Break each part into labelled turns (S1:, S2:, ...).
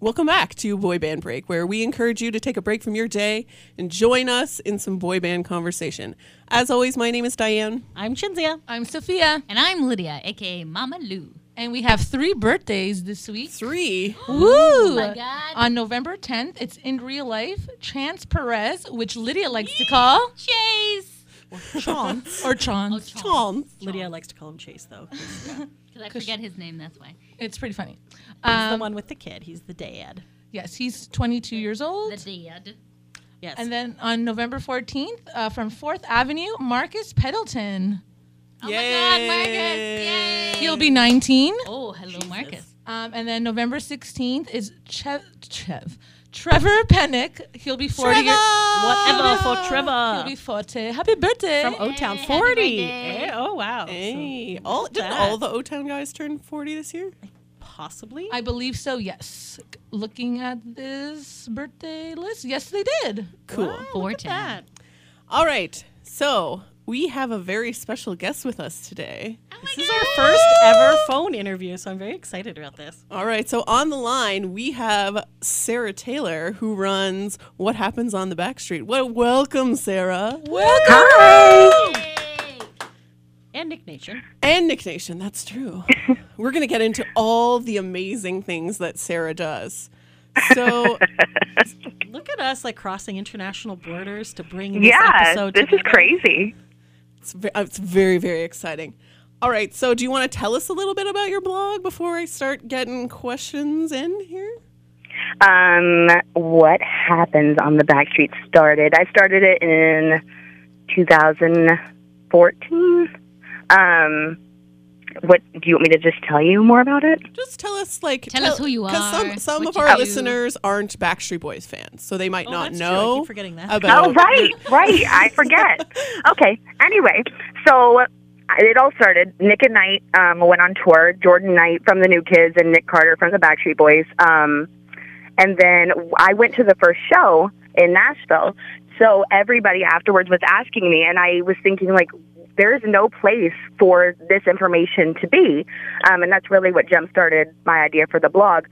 S1: Welcome back to Boy Band Break, where we encourage you to take a break from your day and join us in some boy band conversation. As always, my name is Diane.
S2: I'm Chinzia.
S3: I'm Sophia,
S4: And I'm Lydia, aka Mama Lou.
S3: and we have three birthdays this week.
S1: Three.
S3: Woo!
S4: Oh my God.
S3: On November 10th, it's in real life Chance Perez, which Lydia likes to call
S4: Chase!
S3: Chance
S4: Oh,
S3: or Chance.
S1: Tom.
S2: Lydia likes to call him Chase, though. He's
S4: Because I forget his name, that's why.
S3: It's pretty funny.
S2: the
S3: Um,
S2: one with the kid. He's the dad.
S3: yes, he's 22 years old.
S4: The dad.
S2: Yes.
S3: And then on November 14th, uh, from Fourth Avenue, Marcus Pendleton.
S4: Oh my god, Marcus! Yay!
S3: He'll be 19.
S4: Oh, hello, Marcus.
S3: Um, and then November 16th is Chev, Chev, Trevor Pennick. He'll be 40. year-
S2: whatever for
S3: Oh! He'll
S2: Trevor
S3: be 40. Happy birthday.
S2: from O Town
S4: Hey, happy
S2: 40.
S4: birthday.
S2: Hey, oh wow. So
S1: Hey, all didn't
S2: that.
S1: all the O Town guys turn forty this year?
S2: possibly.
S3: I believe so, yes. Looking at this birthday list, yes, they did.
S1: Cool.
S4: Four ten.
S2: that.
S1: All right, so we have a very special guest with us today.
S4: Oh
S2: This is our first ever phone interview, so I'm very excited about this.
S1: All right, so on the line we have Sarah Taylor, who runs What Happens on the Backstreet. Well, welcome, Sarah,
S3: Welcome.
S4: Yay!
S2: And Nick Nation.
S1: and Nick Nation. That's true. We're gonna get into all the amazing things that Sarah does. So
S2: Look at us like crossing international borders to bring this
S5: Yeah,
S2: episode
S5: this is
S2: together.
S5: crazy.
S1: it's, ve- it's very, very exciting. All right, so do you want to tell us a little bit about your blog before I start getting questions in here?
S5: Um, what happens on the Backstreet started. I started it in 2014. Um, what do you want me to just tell you more about it?
S1: Just tell us, like,
S4: Tell us who you
S1: because
S4: are,
S1: Some, some
S4: what
S1: of
S4: you
S1: our
S4: do.
S1: listeners aren't Backstreet Boys fans, so they might
S2: Oh,
S1: not
S2: that's true. I
S1: know.
S2: keep forgetting that.
S1: About
S5: Oh, right, right. I forget. Okay. Anyway, so I- it all started. Nick and Knight um, went on tour. Jordan Knight from the New Kids and Nick Carter from the Backstreet Boys. Um, and then I went to the first show in Nashville. So everybody afterwards was asking me, and I was thinking like. There is no place for this information to be, um, and that's really what jump started my idea for the blog.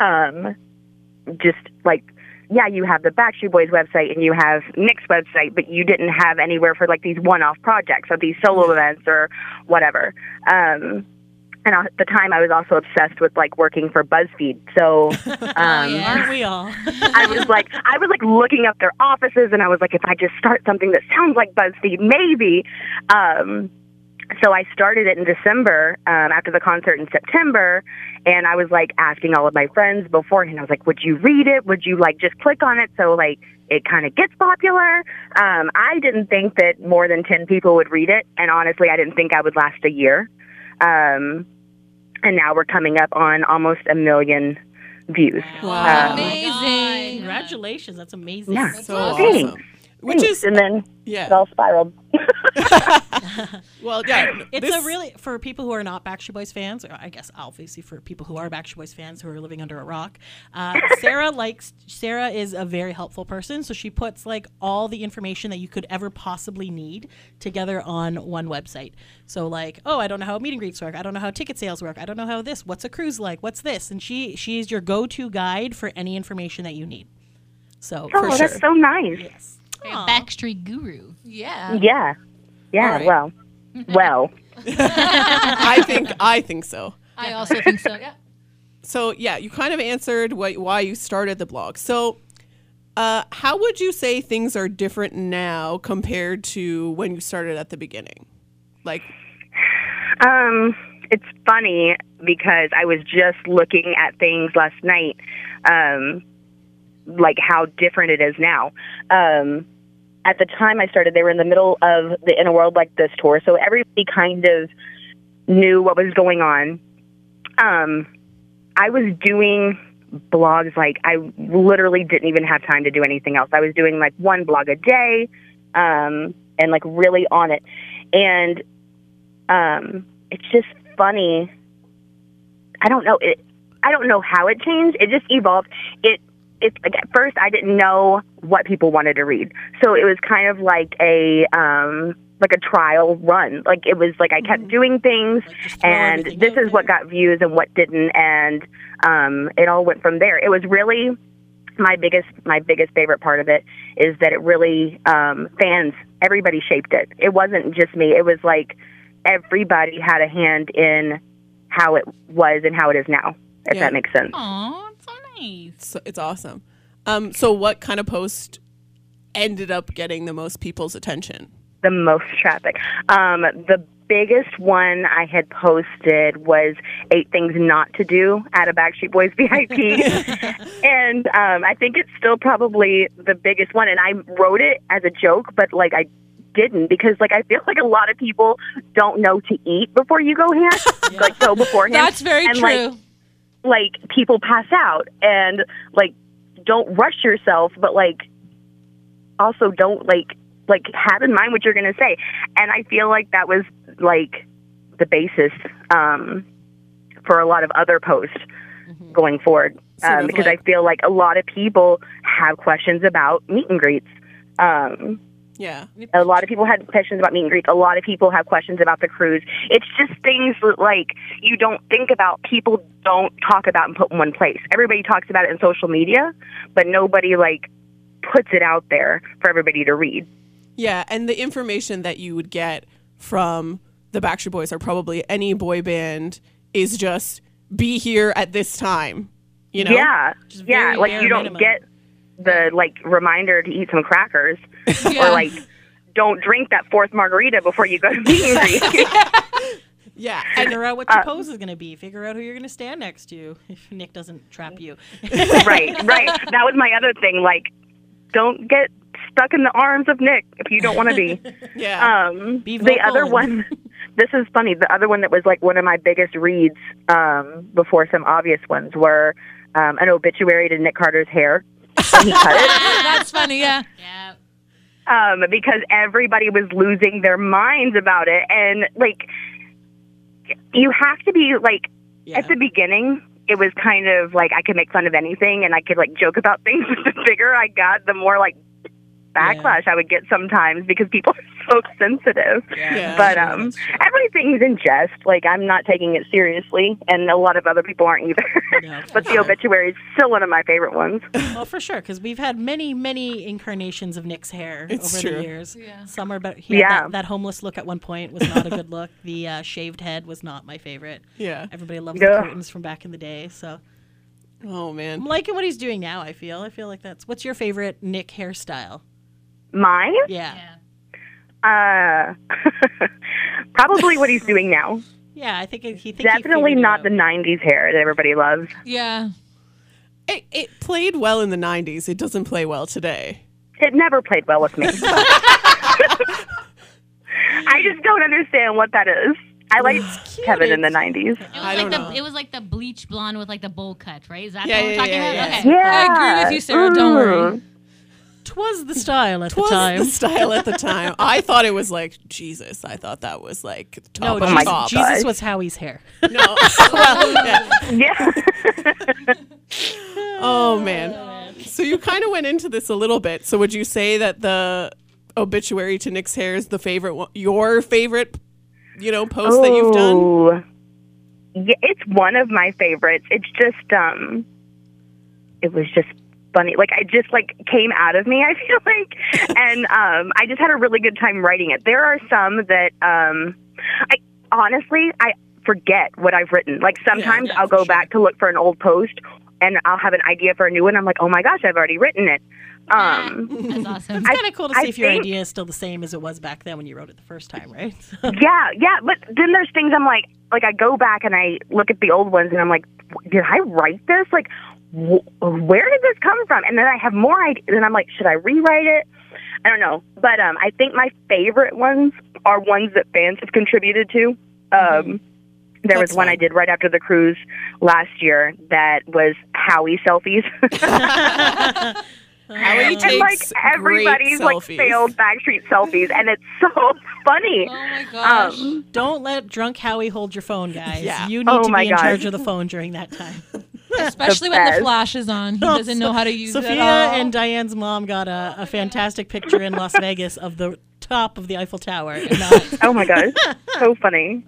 S5: Um, just like yeah, you have the Backstreet Boys website and you have Nick's website, but you didn't have anywhere for like these one-off projects or these solo events or whatever. Um, and at the time, I was also obsessed with like working for BuzzFeed, so um,
S4: yeah.
S2: Aren't we all?
S5: I was like, I was like looking up their offices, and I was like, if I just start something that sounds like BuzzFeed, maybe. Um, so I started it in December um, after the concert in September, and I was like asking all of my friends beforehand. I was like, would you read it? Would you like just click on it? So like it kind of gets popular. Um, I didn't think that more than ten people would read it, and honestly, I didn't think I would last a year. Um, and now we're coming up on almost a million views.
S1: Wow.
S5: Um,
S3: Amazing.
S2: Congratulations. That's amazing.
S5: Yeah.
S1: So
S5: Thanks.
S1: awesome. Which
S5: Thanks.
S1: is,
S5: and then it
S1: yeah.
S5: all spiraled.
S1: Well, yeah.
S2: It's
S1: this-
S2: a really for people who are not Backstreet Boys fans, or I guess obviously for people who are Backstreet Boys fans who are living under a rock. Uh, Sarah likes Sarah is a very helpful person, so she puts like all the information that you could ever possibly need together on one website. So like, oh, I don't know how meet and greets work. I don't know how ticket sales work. I don't know how this. What's a cruise like? What's this? And she she is your go to guide for any information that you need. So
S5: Oh, that's so nice.
S2: yes.
S4: You're a Backstreet guru.
S3: Yeah.
S5: Yeah. Yeah,
S1: All right.
S5: well. Well.
S1: I think I think so.
S3: I also think so. Yeah.
S1: So yeah, you kind of answered why why you started the blog. So, uh, how would you say things are different now compared to when you started at the beginning? Like,
S5: Um, it's funny because I was just looking at things last night, um, like how different it is now. Um, at the time I started, they were in the middle of the In a World Like This tour, so everybody kind of knew what was going on. Um, I was doing blogs like I literally didn't even have time to do anything else. I was doing like one blog a day, um, and like really on it. And um, it's just funny. I don't know it. I don't know how it changed. It just evolved. It it's like at first I didn't know what people wanted to read, so it was kind of like a um, like a trial run. Like it was like I kept doing things,
S2: Mm-hmm. Like, just throw
S5: and
S2: everything
S5: this
S2: out
S5: is what
S2: there.
S5: got views and what didn't, and um, it all went from there. It was really my biggest my biggest favorite part of it is that it really um, fans everybody shaped it. It wasn't just me. It was like everybody had a hand in how it was and how it is now. If
S1: Yeah.
S5: that makes sense.
S4: Aw, it's so nice.
S1: So it's awesome. Um, so what kind of post ended up getting the most people's attention?
S5: the most traffic. Um, the biggest one I had posted was eight things not to do at a Backstreet Boys VIP, and um, I think it's still probably the biggest one. And I wrote it as a joke, but like I didn't because like I feel like a lot of people don't know to eat before you go here, like go beforehand.
S3: That's very
S5: and,
S3: true.
S5: like, like people pass out and like don't rush yourself but like also don't like like have in mind what you're going to say and i feel like that was like the basis um for a lot of other posts going forward
S1: Sort
S5: um,
S1: of
S5: because
S1: like-
S5: i feel like a lot of people have questions about meet and greets um
S1: Yeah.
S5: a lot of people had questions about meet and greets. A lot of people have questions about the cruise. It's just things that, like you don't think about. People don't talk about and put in one place. Everybody talks about it in social media, but nobody like puts it out there for everybody to read.
S1: Yeah, and the information that you would get from the Backstreet Boys or probably any boy band is just be here at this time. You know?
S5: Yeah,
S2: Just
S5: yeah.
S2: very
S5: Like you
S2: bare
S5: don't
S2: minimum.
S5: get the like reminder to eat some crackers
S3: Yeah.
S5: or like don't drink that fourth margarita before you go to meet and greet.
S1: Yeah. And
S2: Figure out what
S5: Uh,
S2: your pose is going to be. Figure out who you're going to stand next to if Nick doesn't trap you.
S5: right, right. That was my other thing. Like, don't get stuck in the arms of Nick if you don't want to be.
S1: yeah.
S5: Um,
S2: Be
S5: the
S2: vocal
S5: other
S2: and-
S5: one, this is funny. The other one that was like one of my biggest reads um, before some obvious ones were um, an obituary to Nick Carter's hair. And he cut it
S3: That's funny. Yeah.
S4: Yeah.
S5: um, because everybody was losing their minds about it. And like, you have to be like
S2: Yeah.
S5: at the beginning. It was kind of like I could make fun of anything and I could like joke about things. But the bigger I got, the more like backlash I would get sometimes because people are so sensitive.
S1: Yeah.
S5: But um, everything's in jest. Like I'm not taking it seriously, and a lot of other people aren't either.
S2: No, for
S5: but the
S2: sure.
S5: obituary is still one of my favorite ones.
S2: Well, for sure, because we've had many, many incarnations of Nick's hair
S1: It's
S2: over
S1: true.
S2: the years.
S3: Yeah.
S2: Some are better. Yeah.
S5: Yeah.
S2: That, that homeless look at one point was not a good look. The uh, shaved head was not my favorite.
S1: yeah.
S2: Everybody loved
S5: Yeah.
S2: the curtains from back in the day. So
S1: Oh man.
S2: I'm liking what he's doing now, I feel. I feel like that's. What's your favorite Nick hairstyle?
S5: Mine,
S2: Yeah. Yeah,
S4: Yeah.
S5: uh, probably what he's doing now.
S2: I think he thinks
S5: Definitely not the '90s hair that everybody loves.
S3: Yeah.
S1: It, it played well in the 90s. It doesn't play well today.
S5: It never played well with me. I just don't understand what that is. I liked Kevin in the '90s.
S4: It was
S1: I
S4: like
S1: don't
S4: the
S1: know.
S4: it was like the bleach blonde with like the bowl cut, right? Is that
S1: Yeah,
S4: what we're
S1: yeah,
S4: talking
S1: yeah,
S4: about?
S1: yeah.
S4: Okay.
S5: Yeah,
S3: I agree with you, Sarah. Don't worry.
S2: Twas the style at
S1: Was
S2: the time.
S1: the style at the time. I thought it was like Jesus. I thought that was like
S2: no,
S1: top of
S5: my
S2: Jesus,
S1: top.
S2: Jesus
S5: God.
S2: was Howie's hair.
S1: No. well, yeah.
S5: Yeah.
S1: Oh man. So you kind of went into this a little bit. So would you say that the obituary to Nick's hair is the favorite one, your favorite, you know, post that you've done?
S5: Oh. Yeah, it's one of my favorites. It's just um it was just funny. Like I just like came out of me, I feel like. and um I just had a really good time writing it. There are some that um I honestly I forget what I've written. Like sometimes
S2: yeah,
S5: I'll
S2: for
S5: go
S2: sure.
S5: back to look for an old post and I'll have an idea for a new one. I'm like, "Oh my gosh, I've already written it." Um
S4: That's awesome.
S2: It's kind of cool to see
S5: I
S2: if your
S5: think-
S2: idea is still the same as it was back then when you wrote it the first time, right?
S5: Yeah, yeah, but then there's things I'm like, like I go back and I look at the old ones and I'm like, did I write this? Like, wh- where did this come from? And then I have more ideas, and I'm like, should I rewrite it? I don't know, but um, I think my favorite ones are ones that fans have contributed to. Um,
S3: Mm-hmm.
S5: there
S1: That's
S5: was one I
S1: fine.
S5: did right after the cruise last year that was Howie selfies.
S1: Howie
S5: and like
S1: takes
S5: everybody's
S1: great
S5: like
S1: selfies.
S5: failed backstreet selfies, and it's so funny.
S3: Oh my gosh.
S5: Um,
S2: Don't let drunk Howie hold your phone, guys.
S1: Yeah.
S2: You need
S5: Oh
S2: to
S5: my
S2: be in
S5: God.
S2: charge of the phone during that time.
S3: Especially when the
S5: best.
S3: flash is on. He doesn't know how to use it
S2: Sophia
S3: at all.
S2: and Diane's mom got a, a fantastic picture in Las Vegas of the top of the Eiffel Tower. And not,
S5: Oh my gosh. so funny.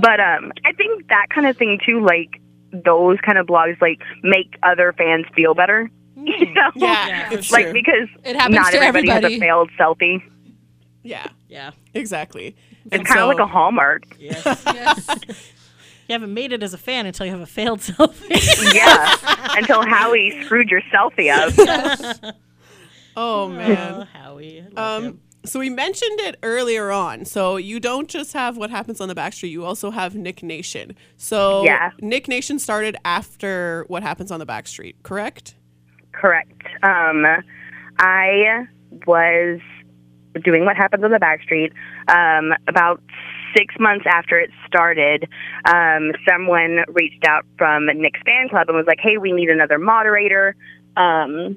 S5: But um I think that kind of thing too, like those kind of blogs like make other fans feel better. You know?
S1: Yeah,
S2: Yeah,
S1: it's
S5: Like
S1: true.
S5: because
S3: Hmm. It happens
S5: not
S3: to
S5: everybody, has
S3: everybody.
S5: a failed selfie.
S1: yeah,
S2: yeah.
S1: exactly.
S5: It's kind of like a hallmark.
S2: Yes.
S3: Yes.
S2: You haven't made it as a fan until you have a failed selfie.
S5: yeah. Until Howie screwed your selfie up.
S1: Oh man.
S2: Oh, Howie. I love
S5: Um,
S2: him.
S1: So we mentioned it earlier on. So you don't just have what happens on the Backstreet, you also have Nick Nation. So
S5: Yeah.
S1: Nick Nation started after what happens on the Backstreet, correct?
S5: Correct. Um, I was doing what happens on the back street um, about six months after it started um, someone reached out from nick's fan club and was like hey we need another moderator um,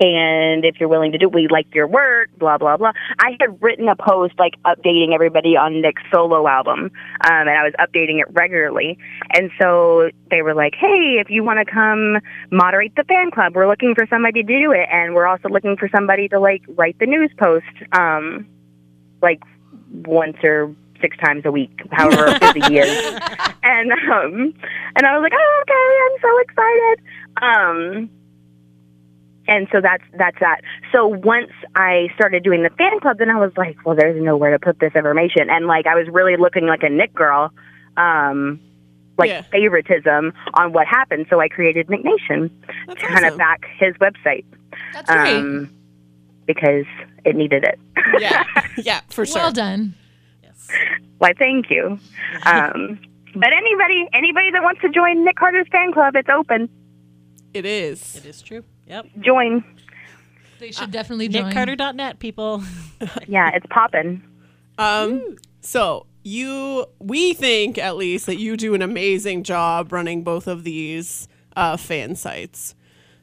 S5: and if you're willing to do we like your work blah blah blah i had written a post like updating everybody on nick's solo album um, and i was updating it regularly and so they were like hey if you want to come moderate the fan club. We're looking for somebody to do it, and we're also looking for somebody to like write the news post, um, like once or six times a week, however busy he is. And um, and I was like, oh, okay, I'm so excited. Um, and so that's that's that. So once I started doing the fan club, then I was like, well, there's nowhere to put this information, and like I was really looking like a Nick girl. Um, like
S1: Yeah.
S5: favoritism on what happened, so I created Nick Nation
S1: That's
S5: to kind of back his website
S3: That's great.
S5: um, because it needed it.
S1: yeah. Yeah, for sure.
S3: Well done.
S2: Yes.
S5: Why, thank you. Um, but anybody, anybody that wants to join Nick Carter's fan club, it's open.
S1: It is.
S2: It is true. Yep.
S5: Join.
S3: They should definitely join.
S2: NickCarter.net, people.
S5: Yeah, it's poppin'.
S1: Um so you we think at least that you do an amazing job running both of these uh, fan sites.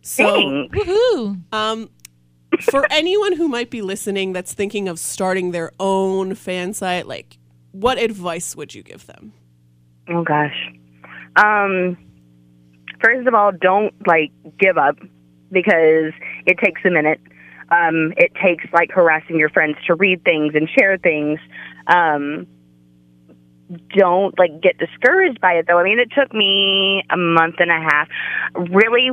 S1: So
S5: Thanks.
S3: Woohoo!
S1: Um, for anyone who might be listening that's thinking of starting their own fan site, like, what advice would you give them?
S5: Oh gosh. Um, first of all, don't like give up because it takes a minute. Um, it takes like harassing your friends to read things and share things. Um, don't like get discouraged by it though. I mean, it took me a month and a half. Really,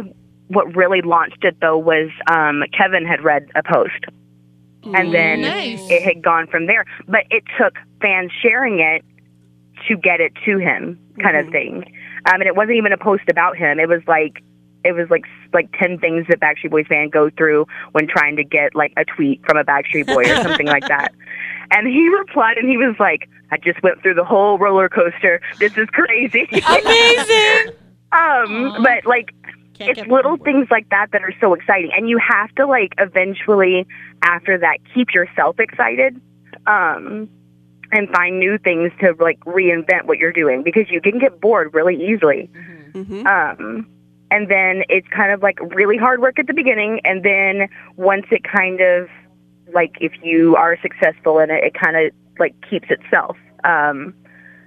S5: what really launched it though was um, Kevin had read a post and then
S3: nice.
S5: it had gone from there. But it took fans sharing it to get it to him, kind of thing. Um, and it wasn't even a post about him. It was like it was like like ten things that Backstreet Boys fan go through when trying to get like a tweet from a Backstreet Boy or something like that. And he replied, and he was like, "I just went through the whole roller coaster. This is crazy."
S3: Amazing.
S5: um, but like
S2: Can't
S5: it's
S2: get
S5: little
S2: bored.
S5: things like that that are so exciting and you have to like eventually after that keep yourself excited um and find new things to like reinvent what you're doing because you can get bored really easily
S1: Mm-hmm.
S5: um and then it's kind of like really hard work at the beginning and then once it kind of like if you are successful in it it kind of like keeps itself um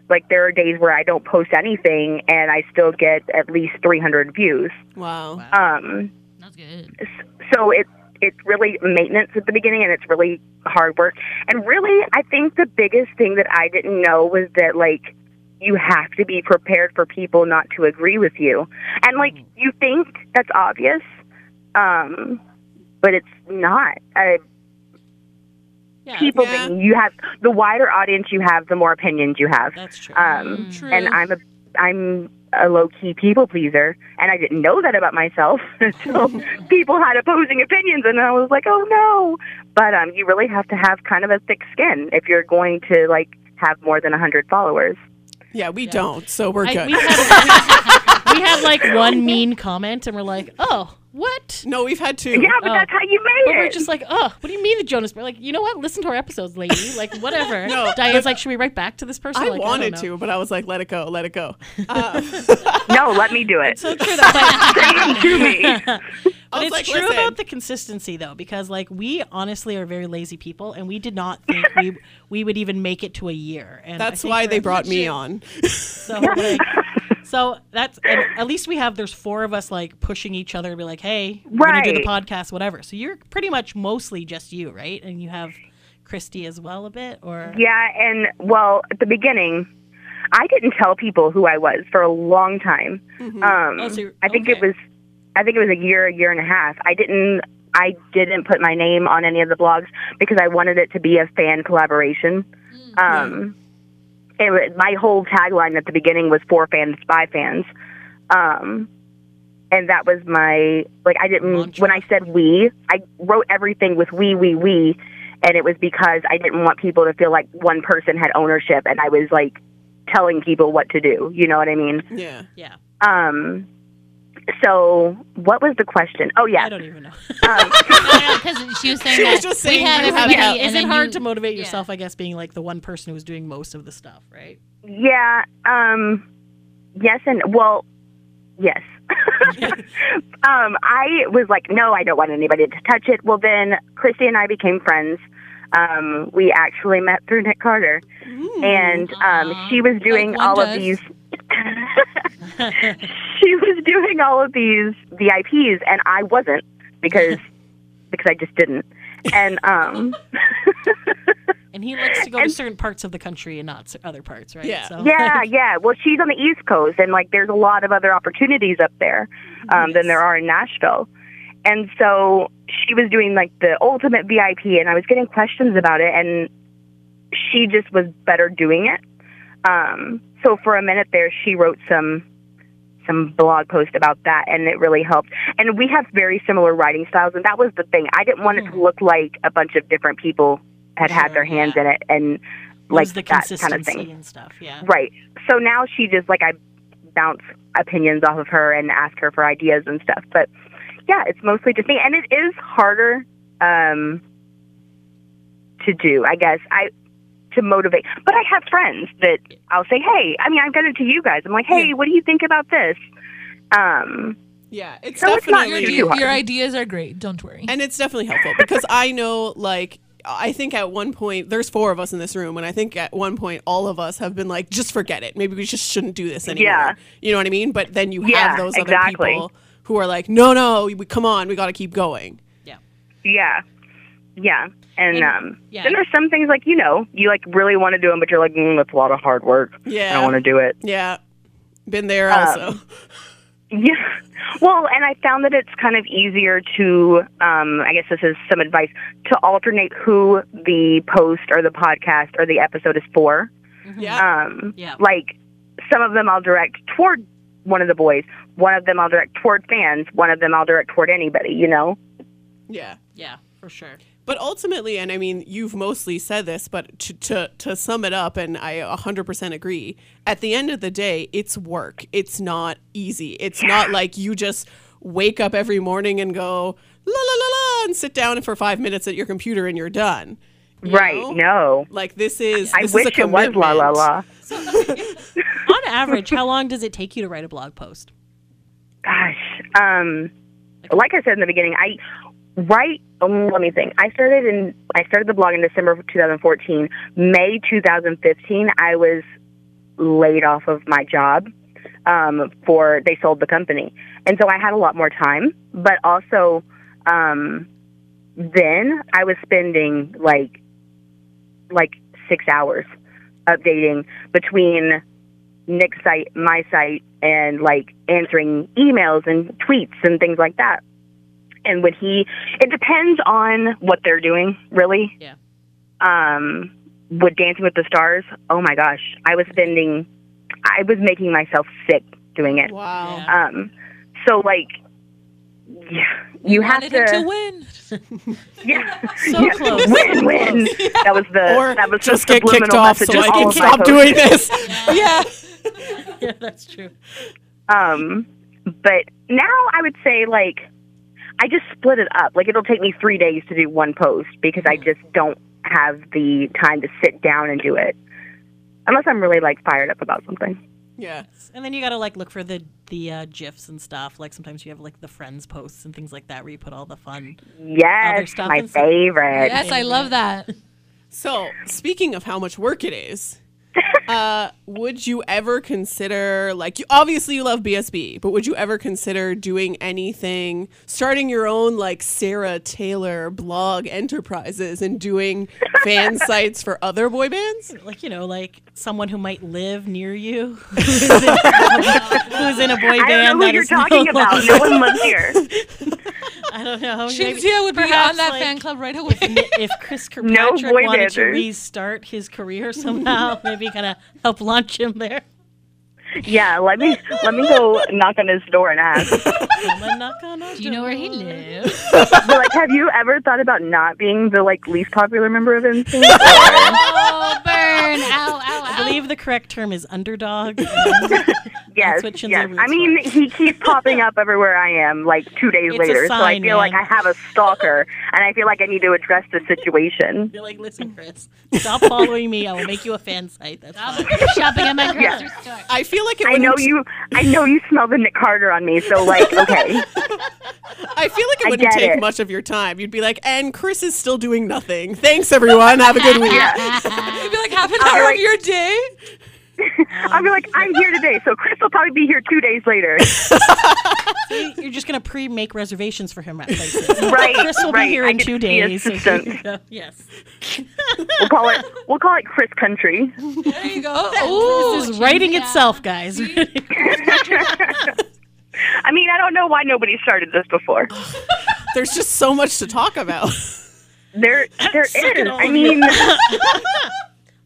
S5: like there are days where I don't post anything and I still get at least 300 views
S1: Wow.
S2: Wow.
S5: um
S4: That's good.
S5: so it it's really maintenance at the beginning and it's really hard work and really i think the biggest thing that i didn't know was that like you have to be prepared for people not to agree with you and like
S2: Mm-hmm.
S5: you think that's obvious um but it's not uh,
S2: Yeah,
S5: people
S1: Yeah.
S5: you have the wider audience you have the more opinions you have
S2: that's true.
S5: um
S3: True.
S5: and i'm a i'm a low key people pleaser and i didn't know that about myself until people had opposing opinions and i was like oh no but um you really have to have kind of a thick skin if you're going to like have more than a 100 followers
S1: Yeah, we don't, so we're
S2: I-
S1: good.
S2: we, have, we, we have like one mean comment, and we're like, oh, what?
S1: no, we've had two.
S5: yeah but
S2: Oh.
S5: that's how you made
S2: But we're
S5: it
S2: just like, oh, what do you mean the Jonas Brothers? Like, you know what? Listen to our episodes, lady. Like, whatever.
S1: No,
S2: Diane's like, should we write back to this person?
S1: I
S2: Like,
S1: wanted
S2: don't know.
S1: to, but I was like, let it go, let it go. Uh,
S5: no let me do it
S2: So true that, but,
S5: do me
S2: but
S1: was
S2: it's
S1: like,
S2: true
S1: listen.
S2: about the consistency though, because like we honestly are very lazy people, and we did not think we we would even make it to a year. And I
S1: that's
S2: think
S1: why
S2: we're
S1: they brought me
S2: legit-
S1: on.
S2: So like, so that's and at least we have there's four of us like pushing each other to be like, hey, we're gonna do the podcast, whatever. So you're pretty much mostly just you, right? And you have Christy as well a bit, or
S5: Yeah, and well, at the beginning, I didn't tell people who I was for a long time. Um,
S2: Oh, so you're-
S5: I think it
S2: okay.
S5: was, I think it was a year, a year and a half. I didn't, I didn't put my name on any of the blogs because I wanted it to be a fan collaboration.
S2: Mm.
S5: Um, it was, my whole tagline at the beginning was for fans by fans. Um, and that was my like I didn't
S2: Mantra.
S5: when I said we, I wrote everything with we we we and it was because I didn't want people to feel like one person had ownership and I was like telling people what to do, you know what I mean?
S1: Yeah.
S2: yeah,
S5: Um so what was the question? Oh yeah.
S2: I don't even know.
S4: Because Oh, she was saying
S1: She
S4: that
S1: was just saying
S4: we had
S1: you have
S4: everybody.
S1: Yeah,
S4: and
S2: is it
S4: then
S2: hard
S4: you-
S2: to motivate
S4: yeah.
S2: yourself? I guess being like the one person who was doing most of the stuff, right?
S5: Yeah, um yes and well yes. um I was like no, I don't want anybody to touch it. Well then Christy and I became friends. Um we actually met through Nick Carter and um
S4: Aw.
S5: she was doing
S3: one
S5: all
S3: does.
S5: of these she was doing all of these VIPs and I wasn't because because I just didn't. And um
S2: And he likes to go
S5: And-
S2: to certain parts of the country and not cer- other parts, right?
S1: Yeah.
S2: So,
S5: yeah, yeah. Well, she's on the East Coast, and like there's a lot of other opportunities up there um, than there are in Nashville. And so she was doing like the ultimate VIP, and I was getting questions about it, and she just was better doing it. Um, so for a minute there, she wrote some some blog post about that, and it really helped. And we have very similar writing styles, and that was the thing. I didn't want it to look like a bunch of different people had had
S2: Hmm. Sure,
S5: their hands
S2: yeah.
S5: in it, and like
S2: lose the
S5: that kind of
S2: consistency
S5: thing.
S2: and stuff. Yeah.
S5: Right. So now she just like I bounce opinions off of her and ask her for ideas and stuff. But yeah, it's mostly just me, and it is harder um, to do, I guess. I to motivate, but I have friends that I'll say, "Hey, I mean, I've done it to you guys. I'm like, hey, what do you think about this?" Um,
S1: Yeah. It's
S5: So it's not
S1: definitely
S3: Your,
S5: Too
S3: ide-
S5: hard.
S3: your ideas are great. Don't worry.
S1: And it's definitely helpful because I know, like, I think at one point, there's four of us in this room, and I think at one point, all of us have been like, just forget it. Maybe we just shouldn't do this anymore.
S5: Yeah.
S1: You know what I mean? But then you
S5: Yeah,
S1: have those
S5: exactly.
S1: other people who are like, no, no, we, come on, we got to keep going.
S2: Yeah.
S5: yeah, yeah. And,
S2: And-
S5: um,
S2: yeah.
S5: then there's some things like you know you like really want to do them, but you're like, mm, that's a lot of hard work. I
S1: Yeah.
S5: don't want to do it.
S1: Yeah. Been there
S5: Um,
S1: also.
S5: Yeah. Well, and I found that it's kind of easier to, um, I guess this is some advice, to alternate who the post or the podcast or the episode is for.
S1: yeah.
S5: Um,
S2: Yeah.
S5: Like some of them I'll direct toward one of the boys, one of them I'll direct toward fans, one of them I'll direct toward anybody, you know?
S1: Yeah.
S2: Yeah, for sure.
S1: But ultimately, and I mean, you've mostly said this, but to, to, to sum it up, and I 100% agree, at the end of the day, it's work. It's not easy. It's not like you just wake up every morning and go, la, la, la, la, and sit down for five minutes at your computer and you're done. You
S5: right.
S1: know?
S5: No.
S1: Like, this is.
S5: I
S1: this
S5: wish
S1: is a
S5: it was la la
S1: commitment.
S5: la.
S2: On average, how long does it take you to write a blog post?
S5: Gosh. Um, like I said in the beginning, I right. Um, let me think. I started in I started the blog in December of 2014. May 2015, I was laid off of my job um, for they sold the company, and so I had a lot more time. But also, um, then I was spending like like six hours updating between Nick's site, my site, and like answering emails and tweets and things like that. And when he, it depends on what they're doing, really.
S2: Yeah.
S5: Um, with Dancing with the Stars, oh my gosh, I was spending, I was making myself sick doing it.
S1: Wow.
S2: Yeah.
S5: Um, so like, yeah, you have
S3: wanted him to
S5: to,
S3: win.
S5: yeah,
S2: So
S5: yeah,
S2: close.
S5: win, win. That was the,
S1: Or
S5: that was the
S1: just get kicked
S5: subliminal
S1: off so
S5: message in
S1: I can
S5: all of my
S1: stop
S5: posts.
S1: doing this.
S3: yeah.
S2: yeah, that's true.
S5: Um, but now I would say like I just split it up. Like it'll take me three days to do one post because I just don't have the time to sit down and do it, unless I'm really like fired up about something.
S1: yeah.
S2: And then you gotta like look for the the uh, gifs and stuff. Like sometimes you have like the friends posts and things like that where you put all the fun. Other
S5: Yes,
S2: stuff
S5: my
S2: and stuff.
S5: favorite.
S3: Yes, I love that.
S1: So, speaking of how much work it is, uh, would you ever consider like you obviously you love BSB, but would you ever consider doing anything, starting your own like Sarah Taylor blog enterprises and doing fan sites for other boy bands?
S2: like you know, like someone who might live near you, who is in, who is in a boy
S5: I don't
S2: band.
S5: know who
S2: that
S5: you're
S2: is no
S5: talking about.
S2: longer-
S5: No one lives here.
S2: I don't know. Maybe-
S3: Shinzia would be on
S2: perhaps,
S3: that
S2: like,
S3: fan club right away.
S2: If Chris Kirkpatrick
S5: boy
S2: wanted to
S5: banders.
S2: restart his career somehow, maybe kind of help launch him there.
S5: Yeah, let me let me go knock on his door and ask.
S2: I'm a knock on our
S4: Do you know where he
S2: door.
S4: lives?
S5: But, like, have you ever thought about not being the like least popular member of NSYNC?
S4: Oh, burn! Ow, ow,
S2: I
S4: ow!
S2: believe the correct term is underdog.
S5: yes,
S2: what Shinzo
S5: yes.
S2: roots
S5: I mean, he keeps popping up everywhere I am. Like two days
S2: It's a
S5: later, so I
S2: sign,
S5: feel like
S2: man.
S5: I have a stalker, and I feel like I need to address the situation.
S2: You're like, listen, Chris, stop following me. I will make you a fan site. That's fine.
S4: I'm shopping at my grocery store.
S1: I feel like it
S5: I know
S1: wouldn't-
S5: you. I know you smell the Nick Carter on me. So like, okay,
S1: I feel like it wouldn't
S5: get
S1: take
S5: it.
S1: much of your time. You'd be like, and Chris is still doing nothing. Thanks everyone. Have a good week.
S3: It'd be like half an hour
S5: like-
S3: of your day.
S5: I'll be like, I'm here today. So Chris will probably be here two days later.
S2: You- You're just gonna pre-make reservations for him at places.
S5: Right,
S2: Chris will
S5: right.
S2: be here
S5: I
S2: in
S5: could
S2: two
S5: be
S2: days.
S5: assistant.
S2: yes.
S5: We'll call it. We'll call it Chris Country.
S3: There you go. Oh, Ooh,
S2: This is writing itself, guys.
S5: I mean, I don't know why nobody started this before.
S1: There's just so much to talk about.
S5: There, there is.
S2: Suck it all
S5: I
S2: up.
S5: mean,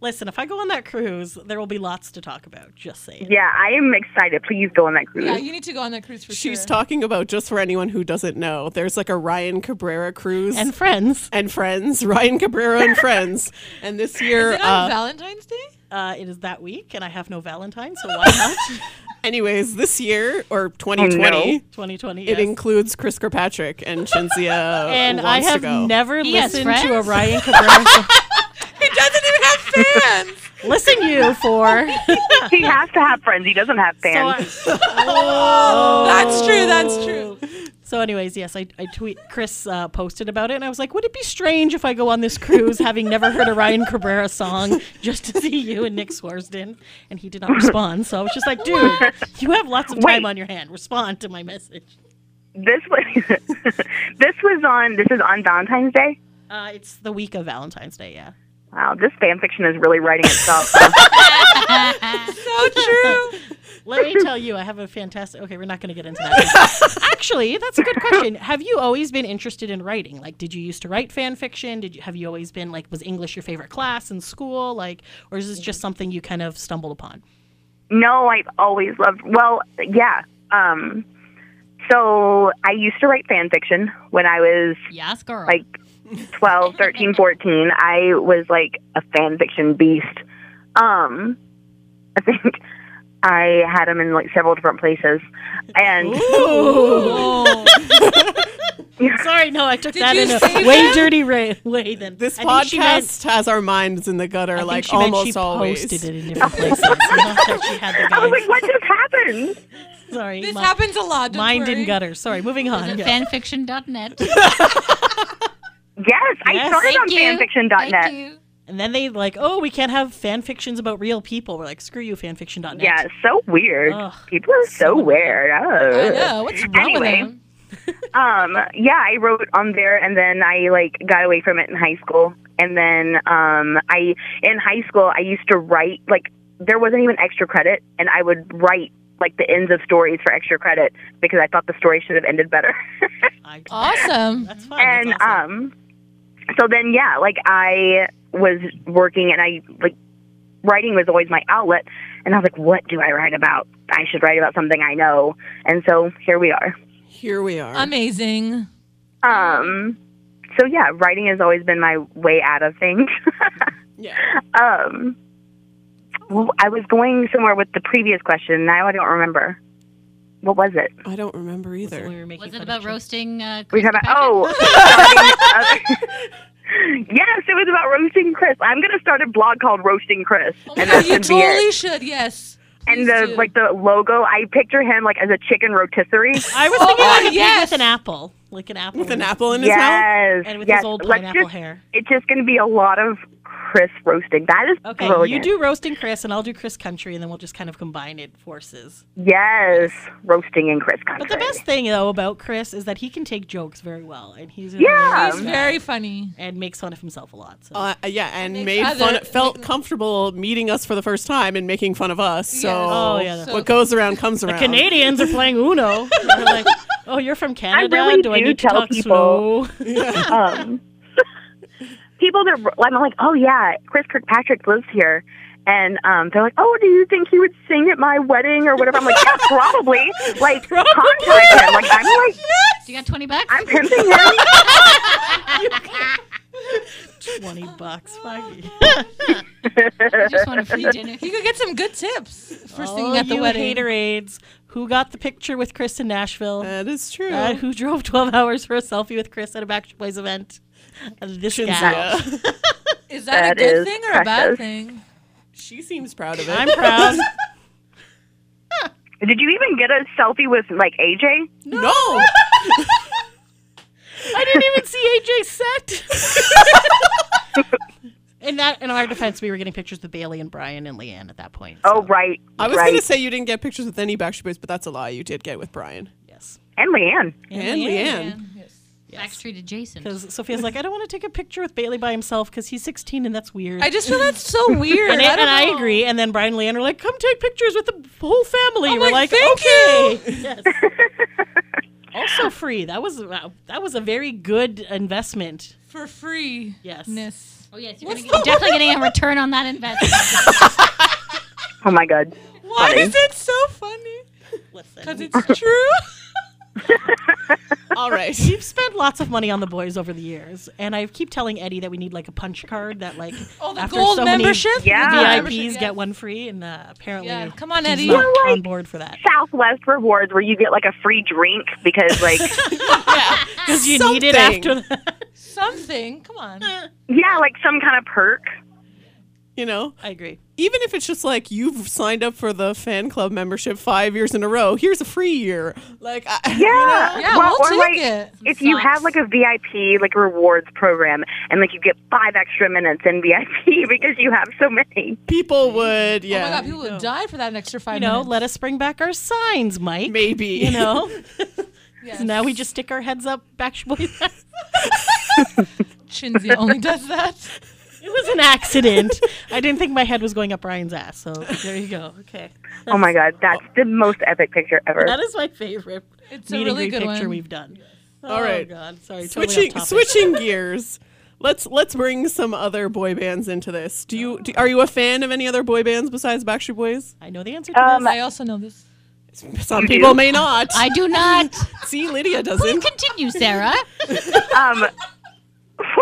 S2: Listen, if I go on that cruise, there will be lots to talk about. Just saying.
S5: yeah, I am excited. Please go on that cruise.
S3: Yeah, you need to go on that cruise for
S1: She's
S3: sure.
S1: talking about just for anyone who doesn't know. There's like a Ryan Cabrera cruise
S2: And friends,
S1: and friends, Ryan Cabrera and friends. And this year,
S3: Is it on
S1: uh,
S3: Valentine's Day?
S2: uh, it is that week, and I have no Valentine, so why not?
S1: anyways, this year or 2020,
S5: Oh,
S2: 2020.
S1: it
S2: yes.
S1: includes Chris Kirkpatrick and Shinzia.
S2: and I
S1: wants to
S2: have
S1: go.
S2: never
S4: He has
S2: listened to a
S4: friends?
S2: Ryan Cabrera. song.
S3: He doesn't even have fans.
S2: Listen, you for.
S5: He has to have friends. He doesn't have fans.
S3: Oh, That's true. That's true.
S2: Oh. So, anyways, yes, I, I tweet. Chris uh, posted about it, and I was like, "Would it be strange if I go on this cruise, having never heard a Ryan Cabrera song, just to see you and Nick Swarsden?" And he did not respond. So I was just like, "Dude, you have lots of time
S5: Wait.
S2: on your hand. Respond to my message."
S5: this was this was on this is on Valentine's Day.
S2: Uh, it's the week of Valentine's Day. Yeah.
S5: Wow, this fan fiction is really writing itself.
S3: So true.
S2: Let me tell you, I have a fantastic. Okay, we're not going to get into that. Actually, that's a good question. Have you always been interested in writing? Like, did you used to write fan fiction? Did you have you always been like was English your favorite class in school? Like, or is this just something you kind of stumbled upon?
S5: no, I've always loved. Well, yeah. Um, so I used to write fan fiction when I was
S4: Yes, girl.
S5: like 12, 13, 14. I was like a fan fiction beast. Um, I think I had them in like several different places, and
S2: Sorry, no, I took that
S3: you
S2: in
S3: save
S2: a way
S3: them?
S2: dirty ra- way. Then
S1: this
S2: I think she
S1: podcast
S2: meant-
S1: has our minds in the gutter
S2: I think
S1: like
S2: she meant
S1: almost
S2: she
S1: always.
S2: posted it in different places. not that she had the
S5: I was
S2: guys.
S5: like, "What just happened?"
S2: Sorry,
S3: This
S2: mi-
S3: happens a lot. Don't
S2: mind
S3: worry.
S2: in gutter. Sorry, moving
S4: Is
S2: on.
S4: it
S2: Yeah.
S4: fanfiction.net?
S5: Yes, I
S2: Yes.
S5: started on
S4: Thank you.
S5: fanfiction.net.
S4: Thank you.
S2: and then they like, oh, we can't have fan fictions about real people. We're like, screw you, fanfiction.net.
S5: Yeah, it's so weird.
S2: Ugh,
S5: People are so weird.
S3: I
S5: Oh.
S3: know. What's wrong
S5: Anyway.
S3: with him?
S5: Um, yeah, I wrote on there, and then I like got away from it in high school. And then um, I in high school I used to write like there wasn't even extra credit, and I would write like the ends of stories for extra credit because I thought the story should have ended better.
S2: I,
S3: Awesome.
S2: that's fine.
S5: and
S2: that's awesome.
S5: um, so then yeah, like I was working, and I like writing was always my outlet. And I was like, what do I write about? I should write about something I know. And so here we are.
S1: Here we are.
S3: Amazing.
S5: Um, so yeah, writing has always been my way out of things.
S1: yeah.
S5: um, well, I was going somewhere with the previous question. Now I don't remember. What was it?
S1: I don't remember
S2: So we
S1: either.
S2: were making
S4: Was
S2: fun of
S4: it about
S2: Chris.
S4: roasting? Uh,
S5: We
S4: Chris
S5: were talking about.
S4: Kirkpatrick?
S5: Oh, sorry. Uh, yes, it was about roasting Chris. I'm gonna start a blog called Roasting Chris, and
S3: Oh,
S5: that's
S3: you
S5: gonna be
S3: totally
S5: it.
S3: should. Yes.
S5: And
S3: Please
S5: the
S3: do.
S5: like the logo, I picture him like as a chicken rotisserie.
S2: I was thinking like a pig
S3: yes.
S2: with an apple, like oh, an apple
S1: With an apple in his mouth?
S5: yes,
S2: and with
S5: yes.
S2: his old
S5: Let's
S2: pineapple
S5: just-
S2: hair.
S5: It's just gonna be a lot of. Chris Chris roasting. That is
S2: Okay,
S5: brilliant.
S2: you do roasting Chris, and I'll do Chris country, and then we'll just kind of combine it forces.
S5: Yes, roasting in Chris country.
S2: But the best thing though about Chris is that he can take jokes very well, and he's Oh, a
S5: Yeah.
S3: He's
S2: hilarious guy
S3: very funny.
S2: and makes fun of himself a lot. So.
S1: Uh, yeah, and
S3: Makes
S1: made fun.
S3: other-
S1: Felt comfortable meeting us for the first time and making fun of us. So
S3: Yes.
S2: Oh, yeah, that's-
S1: what goes around comes around.
S2: Canadians are playing Uno. They're like, oh, you're from Canada.
S5: really
S2: do I
S5: do
S2: need to
S5: tell
S2: talk
S5: people-
S2: slow?
S5: um, people that I'm like, oh yeah, Chris Kirkpatrick lives here, and um, they're like, oh, do you think he would sing at my wedding or whatever? I'm like, yeah, probably. Like, contact him. Like, I'm like,
S4: Do you got 20 bucks?
S5: I'm pimping him.
S2: Twenty bucks. Fuck you.
S4: I just want a free dinner.
S3: You could get some good tips for singing
S2: All
S3: at the
S2: Oh, you
S3: wedding.
S2: haterades who got the picture with Chris in Nashville?
S1: That is true.
S2: Uh, who drove 12 hours for a selfie with Chris at a Backstreet Boys event? This gal.
S1: Shinzia.
S3: Is that,
S5: That
S3: a good
S5: is
S3: thing or a bad
S5: precious.
S3: thing?
S1: she seems proud of it.
S2: I'm proud.
S5: Did you even get a selfie with like AJ?
S1: no.
S2: I didn't even see AJ set. In that, in our defense, we were getting pictures with Bailey and Brian and Leanne at that point.
S5: Oh
S2: so,
S5: right,
S1: I was
S5: right.
S1: gonna say you didn't get pictures with any Backstreet Boys, but that's a lie. You did get with Brian
S2: yes,
S5: and Leanne.
S1: and, Leanne.
S3: Yes.
S4: Backstreet adjacent.
S2: because Sophia's like, I don't want to take a picture with Bailey by himself because he's 16 and that's weird.
S3: I just feel that's so weird.
S2: and,
S3: I
S2: I,
S3: don't
S2: and I
S3: know.
S2: agree. And then Brian and Leanne are like, come take pictures with the whole family.
S3: I'm
S2: We're like,
S3: like, "Thank
S2: okay. Yes. also free. That was wow, that was a very good investment.
S3: For free.
S2: Yes.
S3: Ness.
S4: Oh, yes. You're gonna get, definitely getting a return on that investment.
S5: Oh my god.
S3: Why
S5: Funny.
S3: is it so funny? Because
S2: Listen,
S3: it's true.
S1: All right.
S2: we've spent lots of money on the boys over the years, and I keep telling Eddie that we need like a punch card that like
S3: Oh, the
S2: after
S3: gold
S2: so many
S3: membership.
S5: Yeah.
S3: The gold
S2: VIPs
S3: membership, yes.
S2: get one free, and uh, apparently
S3: Yeah, come on,
S2: he's
S3: Eddie.
S2: not
S5: You're like-
S2: on board for that
S5: Southwest rewards where you get like a free drink because like
S2: because you need it
S1: Something.
S2: after that.
S3: Something. Come on.
S5: yeah, like some kind of perk.
S1: You know,
S2: I agree.
S1: even if it's just like you've signed up for the fan club membership five years in a row, here's a free year. Like, I, you know?
S5: Yeah,
S3: Yeah,
S5: well,
S3: we'll
S5: or
S3: take
S5: like
S3: it.
S5: if you
S4: socks.
S5: have like a VIP like rewards program and like you get five extra minutes in VIP because you have so many.
S1: people would,
S3: Oh my
S1: yeah,
S3: god, people would die for that an extra five
S2: You know,
S3: minutes.
S2: let us bring back our signs, Mike.
S1: maybe.
S2: You know,
S3: Yes.
S2: so now we just stick our heads up. Backstreet Boys.
S3: Shinzi only does that.
S2: It was an accident. I didn't think my head was going up Brian's ass. So there you go. Okay.
S5: Oh my god, that's the most epic picture ever.
S2: That is my favorite
S3: It's a
S2: meet and
S3: really
S2: greet
S3: good
S2: picture
S3: one.
S2: we've done.
S1: All right.
S2: Oh God. Sorry.
S1: switching
S2: Switching. Totally off topic.
S1: switching gears. Let's let's bring some other boy bands into this. Do you do, are you a fan of any other boy bands besides Backstreet Boys?
S2: I know the answer to
S5: Um,
S2: this.
S3: I also know this.
S1: Some people may not.
S4: I do not.
S1: See, Lydia
S4: Please
S1: doesn't.
S4: continue, Sarah.
S5: Um I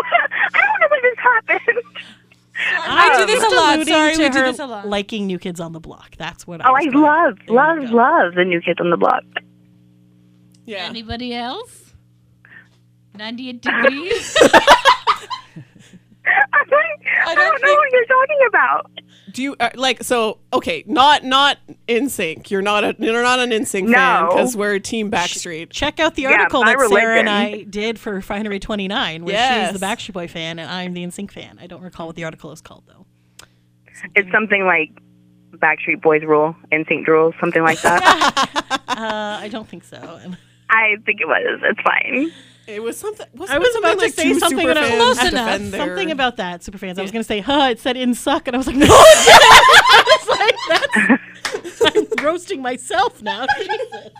S5: don't know when this happened.
S3: I
S5: um,
S3: do this
S2: Just
S3: a lot.
S2: alluding
S3: Sorry,
S2: to
S3: we do
S2: her
S3: this a lot.
S2: liking New Kids on the Block. That's what I.
S5: Oh,
S2: was
S5: I
S2: going.
S5: love,
S2: There you
S5: love,
S2: go.
S5: love the new kids on the block.
S1: Yeah.
S4: Anybody else? 98 degrees.
S5: I'm like, I
S3: don't
S5: don't, know
S3: think-
S5: what you're talking about.
S1: Do you uh, like so? Okay, not not in sync. You're not a you're not an in sync fan
S5: No.
S1: because we're Team Backstreet.
S2: Check out the
S5: Yeah,
S2: article
S5: my
S2: that Sarah and I
S5: religion.
S2: did for Refinery 29, where she's the
S1: Yes.
S2: Backstreet Boy fan and I'm the NSYNC fan. I don't recall what the article is called, though.
S5: It's something like Backstreet Boys rule, NSYNC rule, something like that.
S2: Uh, I don't think so.
S5: I think it was. It's fine.
S1: It was something. was
S2: I was about to say something about- Close
S3: enough.
S2: Something about that, Superfans. I was going to say, huh, it said in suck, and I was like, no, it didn't. I was like, that's, I'm roasting myself now. Jesus.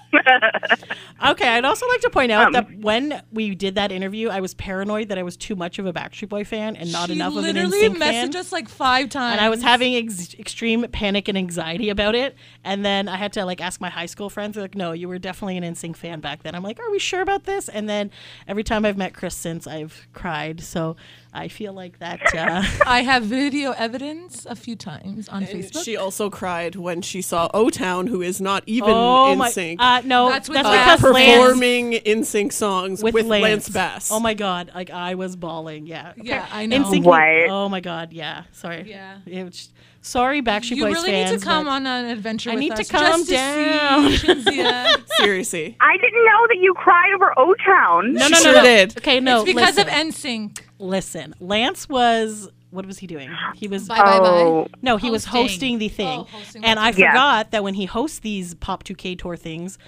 S2: okay, I'd also like to point out
S5: Um.
S2: that when we did that interview, I was paranoid that I was too much of a Backstreet Boy fan and not
S3: she
S2: enough of an
S3: literally
S2: NSYNC
S3: messaged
S2: fan.
S3: us like five times.
S2: and I was having ex- extreme panic and anxiety about it. And then I had to like ask my high school friends, they're like, no, you were definitely an NSYNC fan back then. I'm like, are we sure about this? And then every time I've met Chris since, I've cried. So I feel like that. Uh,
S3: I have video evidence a few times on Facebook.
S1: She also cried when she saw O Town, who is not even
S2: oh
S1: in
S2: my!
S1: sync,
S2: Uh, no, that's,
S3: That's with
S2: because
S3: Lance.
S2: Lance
S1: performing in sync songs with,
S2: with,
S1: Lance. Bass.
S2: Oh my god! Like I was bawling. Yeah.
S3: Yeah, I know.
S2: NSYNC
S5: What?
S2: Oh my god! Yeah. Sorry.
S3: Yeah.
S2: It was- sorry, Backstreet
S3: you
S2: Boys
S3: really
S2: fans.
S3: need to come
S2: but-
S3: on an adventure
S2: I
S3: with
S2: need to
S3: us
S2: calm
S3: just
S2: down.
S3: to see Shinzia.
S1: Seriously,
S5: I didn't know that you cried over O Town.
S2: No,
S1: She
S2: no, no,
S1: sure
S2: no.
S1: did.
S2: Okay, no.
S3: it's because
S2: listen.
S3: of NSYNC.
S2: Listen, Lance was What was he doing? He was
S3: Bye bye bye.
S5: oh,
S2: no, he was hosting
S4: Hosting.
S2: the thing,
S3: Oh, hosting
S2: and I
S5: Yeah.
S2: forgot that when he hosts these Pop 2K tour things,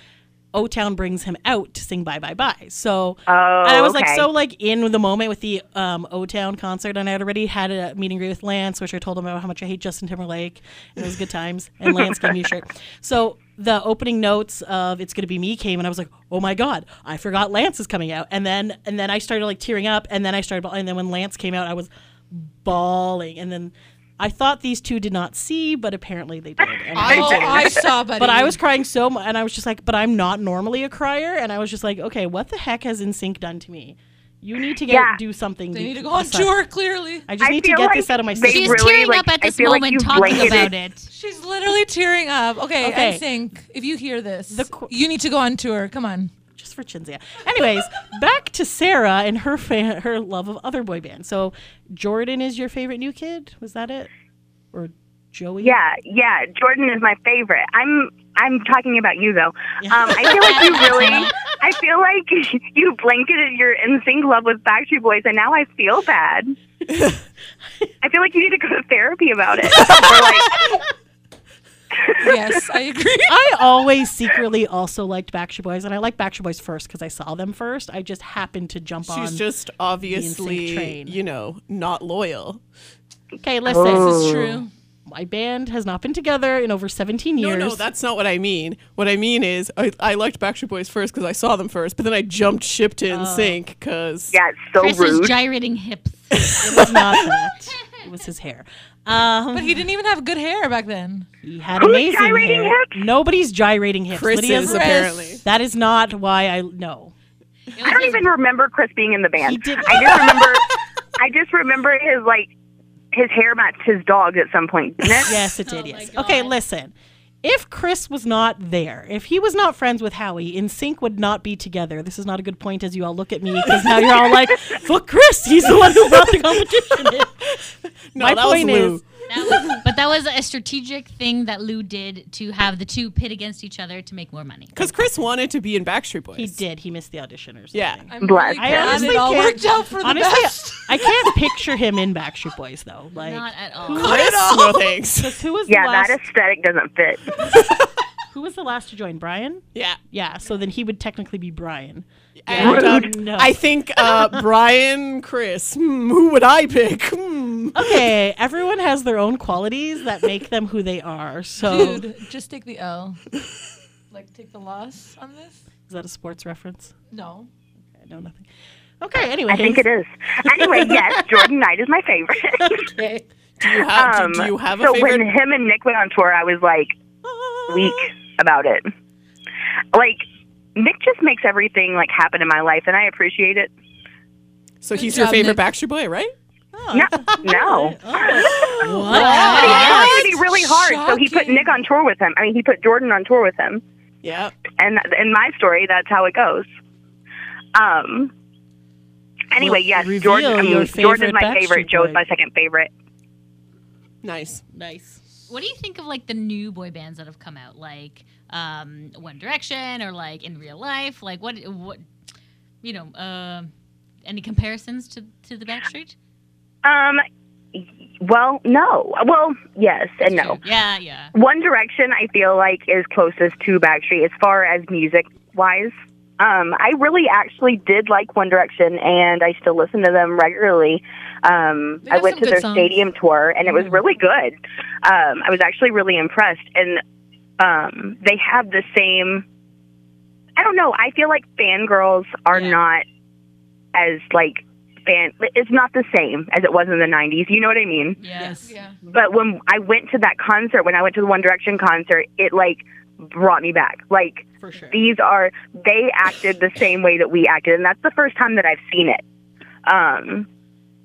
S2: O Town brings him out to sing Bye Bye Bye. So
S5: Oh,
S2: and I was like
S5: okay.
S2: so like in the moment with the um, O Town concert, and I had already had a meeting with Lance, which I told him about how much I hate Justin Timberlake, and it was good times. And Lance gave me a shirt. So the opening notes of "It's Gonna Be Me" came, and I was like, "Oh my god, I forgot Lance is coming out." And then and then I started like tearing up, and then I started, and then when Lance came out, I was bawling, and then. I thought these two did not see, but apparently they did. And I
S3: Oh,
S2: didn't.
S3: I saw, buddy.
S2: But I was crying so much, and I was just like, but I'm not normally a crier, and I was just like, okay, what the heck has NSYNC done to me? You need to get
S5: Yeah.
S2: do something.
S3: They
S2: to-
S3: need to go on
S2: this up.
S3: tour. Clearly,
S2: I just
S5: I
S2: need to
S5: feel
S2: get
S5: like
S2: this out of my
S5: they
S4: She's
S2: system.
S5: really,
S4: tearing
S5: like-
S4: up at
S5: I
S4: this
S5: feel like
S4: moment
S5: you
S4: talking
S5: bladed
S4: about it.
S3: she's literally tearing up. Okay,
S2: Okay.
S3: I think if you hear this,
S2: qu-
S3: you need to go on tour. Come on.
S2: just for Chinzia. Anyways, back to Sarah and her fan, her love of other boy bands. So Jordan is your favorite new kid? Was that it? Or Joey?
S5: Yeah, yeah. Jordan is my favorite. I'm I'm talking about you though. Um, I feel like you really. I feel like you blanketed your in sync love with Backstreet Boys, and now I feel bad. I feel like you need to go to therapy about it. Or like,
S3: Yes, I agree.
S2: I always secretly also liked Backstreet Boys, and I liked Backstreet Boys first because I saw them first. I just happened to jump on.
S1: She's just obviously,
S2: train.
S1: you know, not loyal.
S2: okay, listen.
S3: this
S1: Oh.
S3: is true.
S2: my band has not been together in over 17 years.
S1: Oh, No, no, that's not what I mean. What I mean is I, I liked Backstreet Boys first because I saw them first, but then I jumped ship to
S2: Oh.
S1: NSYNC because
S5: yeah, it's so
S4: Chris
S5: rude.
S4: is gyrating hips.
S2: it was not that. It was his hair. Um,
S3: But he didn't even have good hair back then.
S2: he had
S5: Who's
S2: amazing
S5: gyrating
S2: hair.
S5: hips?
S2: Nobody's gyrating hips.
S1: Chris
S2: Lydia's-
S1: is apparently.
S2: that is not why I no.
S5: I don't even remember Chris being in the
S2: He
S5: band.
S2: did.
S5: I just remember. I just remember his like his hair matched his dog at some point. Didn't it?
S2: Yes, it did.
S4: my
S2: yes. Okay,
S4: God.
S2: listen. If Chris was not there, if he was not friends with Howie, In Sync would not be together. This is not a good point as you all look at me because now you're all like, "Fuck Chris, he's the one who brought the competition." in."
S1: No,
S2: My
S1: that
S2: point
S1: was Lou.
S2: is,
S4: That was, but that was a strategic thing that Lou did to have the two pit against each other to make more money.
S1: Because Chris wanted to be in Backstreet Boys.
S2: he did. He missed the audition or something.
S1: Yeah.
S3: I'm
S5: Bless.
S3: really
S2: I
S3: glad
S2: honestly
S3: it all
S2: can't-
S3: worked out for the
S2: Honestly,
S3: best.
S2: I can't picture him in Backstreet Boys though. Like,
S4: Not at all.
S1: Chris, no thanks.
S2: who was
S5: Yeah,
S2: the last?
S5: that aesthetic doesn't fit.
S2: who was the last to join? Brian.
S1: yeah.
S2: Yeah, so then he would technically be Brian.
S1: And,
S2: Rude.
S1: um,
S2: No.
S1: I think uh, Brian, Chris. Hmm, who would I pick? Hmm.
S2: Okay, everyone has their own qualities that make them who they are. So
S3: Dude, just take the L. Like, take the loss on this?
S2: is that a sports reference?
S3: No.
S2: I know nothing. Okay, anyway.
S5: I think it is. Anyway, yes, Jordan Knight is my favorite.
S2: Okay.
S1: Do you have, do-
S5: Um,
S1: do, you have a
S5: so
S1: favorite?
S5: when him and Nick went on tour, I was like weak about it. Like Nick just makes everything like happen in my life, and I appreciate it.
S1: so he's
S3: job,
S1: your favorite
S3: Nick.
S1: Backstreet Boy, right?
S5: No, no.
S2: Oh. What?
S5: But he tried to be really hard, so he put
S3: Shocking.
S5: Nick on tour with him. I mean, he put Jordan on tour with him,
S1: Yeah.
S5: and in my story, that's how it goes. Um. Anyway,
S2: Well,
S5: yes,
S2: reveal
S5: Jordan. I mean,
S2: your
S5: Jordan's
S2: favorite
S5: my
S2: Backstreet
S5: favorite. Joe's
S2: Boy.
S5: my second favorite.
S1: Nice.
S2: Nice.
S4: What do you think of like the new boy bands that have come out, like um, One Direction or like in real life? Like what what you know? Uh, any comparisons to to the Backstreet?
S5: Um. Well, no. Well, yes and Uh, no.
S4: Yeah, yeah.
S5: One Direction, I feel like, is closest to Backstreet as far as music wise. Um, I really actually did like One Direction, and I still listen to them regularly. Um,
S3: They
S5: I
S3: have
S5: went
S3: some
S5: to
S3: good
S5: their
S3: songs. Mm.
S5: stadium tour, and it was really good. Um, I was actually really impressed, and um, they have the same. I don't know. I feel like fangirls are
S4: Yeah.
S5: not as like fan. It's not the same as it was in the '90s. You know what I mean?
S4: Yes.
S3: Yeah.
S5: but when I went to that concert, when I went to the One Direction concert, it like brought me back. Like
S2: For sure.
S5: these are they acted the same way that we acted, and that's the first time that I've seen it. Um,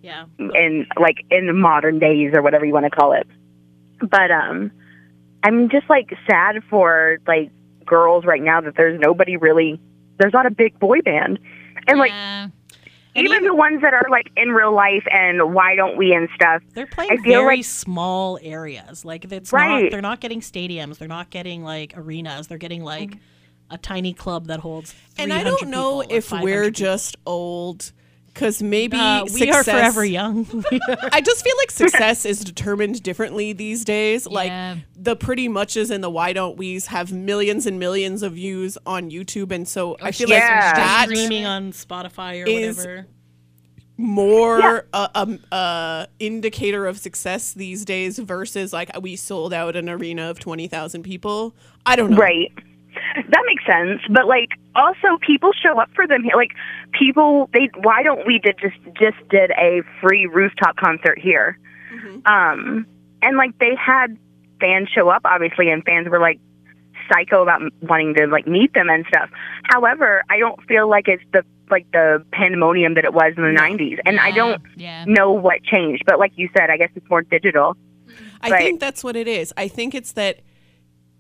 S2: Yeah.
S5: in like in the modern days or whatever you want to call it. But um, I'm just like sad for like girls right now that there's nobody really. There's not a big boy band, and like
S4: Yeah.
S5: even the ones that are like in real life and why don't we and stuff.
S2: They're
S5: I
S2: playing
S5: feel
S2: very
S5: like-
S2: small areas. Like it's not
S5: Right.
S2: they're not getting stadiums, they're not getting like arenas, they're getting like a tiny club that holds
S1: Mm-hmm. And I don't
S2: 300
S1: know
S2: people or
S1: if
S2: 500
S1: we're
S2: people.
S1: just old because maybe
S2: Uh, we are
S1: success-
S2: forever young.
S1: I just feel like success is determined differently these days.
S4: Yeah.
S1: Like the pretty muches and the why don't we's have millions and millions of views on YouTube, and so I feel like
S5: Oh, Yeah.
S1: that
S2: streaming on Spotify or
S1: is-
S2: whatever.
S1: more a, um, a indicator of success these days versus like we sold out an arena of twenty thousand people. I don't know.
S5: Right. That makes sense. But like also people show up for them here. Like people they why don't we did just just did a free rooftop concert here.
S4: Mm-hmm.
S5: Um and like they had fans show up obviously and fans were like psycho about m- wanting to like meet them and stuff. However, I don't feel like it's the like the pandemonium that it was in the 90s. And I
S4: Yeah,
S5: don't
S4: Um, Yeah.
S5: know what changed, but like you said, I guess it's more digital.
S1: I
S5: Right.
S1: think that's what it is. I think it's that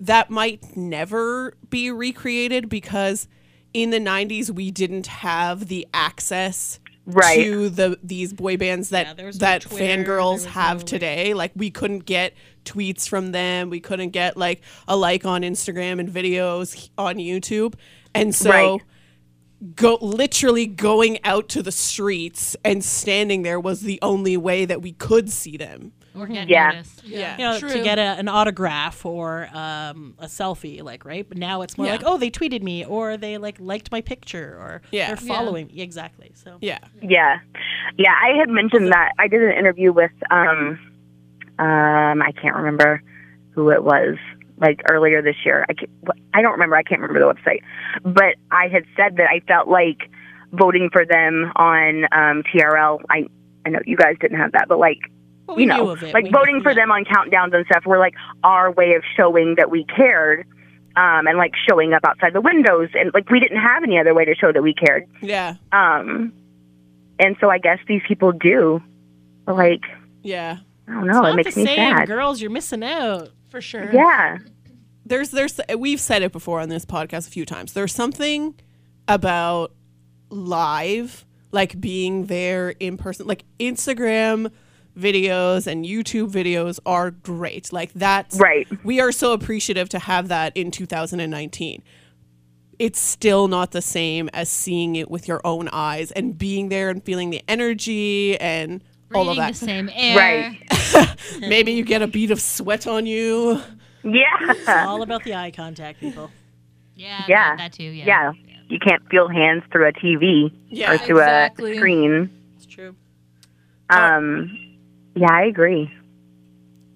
S1: that might never be recreated because in the 90s we didn't have the access
S5: Right.
S1: to the these boy bands
S2: Yeah,
S1: that
S2: there was no
S1: that
S2: Twitter, there was
S1: fangirls
S2: no,
S1: have
S2: like-
S1: today like we couldn't get tweets from them we couldn't get like a like on Instagram and videos on YouTube and so
S5: Right.
S1: go literally going out to the streets and standing there was the only way that we could see them
S4: Or get
S5: Yeah.
S4: noticed.
S1: yeah
S2: You know, to
S3: True.
S2: get a, an autograph or um, a selfie, like right. But now it's more
S1: Yeah.
S2: like, oh, they tweeted me, or they like liked my picture, or
S1: Yeah.
S2: they're
S1: Yeah.
S2: following me. exactly. So
S1: yeah
S5: Yeah. Yeah, I had mentioned that. I did an interview with um um I can't remember who it was like earlier this year. I can't, what- I don't remember. I can't remember the website. But I had said that I felt like voting for them on um TRL. I I know you guys didn't have that, but like
S2: Well,
S5: you
S2: we knew
S5: know,
S2: of it.
S5: like
S2: We-
S5: voting for
S2: yeah.
S5: them on countdowns and stuff were like our way of showing that we cared. Um, and like showing up outside the windows, and like we didn't have any other way to show that we cared.
S1: yeah
S5: Um, and so I guess these people do. But, Like,
S1: Yeah.
S5: I don't
S2: It's
S5: know.
S2: not
S5: It makes
S2: the
S5: me
S2: same,
S5: sad.
S2: girls. You're missing out.
S3: for sure.
S5: Yeah.
S1: There's there's we've said it before on this podcast a few times. There's something about live like being there in person like Instagram videos and YouTube videos are great. Like that's
S5: Right.
S1: We are so appreciative to have that in 2019. It's still not the same as seeing it with your own eyes and being there and feeling the energy and all of
S4: Breathing
S1: that.
S4: the same air.
S5: Right.
S1: Maybe you get a bead of sweat on you.
S5: Yeah.
S2: All about the eye contact, people.
S4: Yeah.
S5: Yeah.
S4: That too. Yeah.
S5: Yeah. You can't feel hands through a TV
S1: Yeah,
S5: or through
S3: exactly.
S5: a screen.
S2: It's true.
S5: Um, yeah, I agree.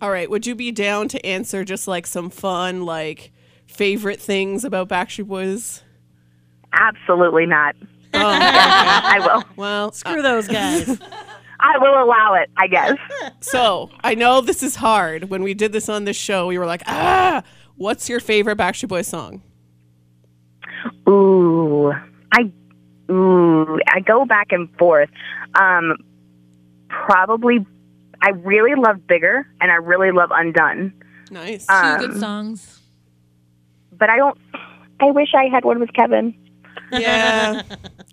S1: All right, would you be down to answer just like some fun, like favorite things about Backstreet Boys?
S5: Absolutely not.
S1: Oh,
S5: I will.
S1: well, uh,
S2: Screw those guys.
S5: I will allow it, I guess.
S1: so I know this is hard. When we did this on this show, we were like, ah, what's your favorite Backstreet Boys song?
S5: Ooh, I ooh, I go back and forth. Um, probably, I really love Bigger, and I really love Undone.
S1: Nice.
S3: Two
S5: Um,
S3: good songs.
S5: But I don't. I wish I had one with Kevin.
S1: yeah.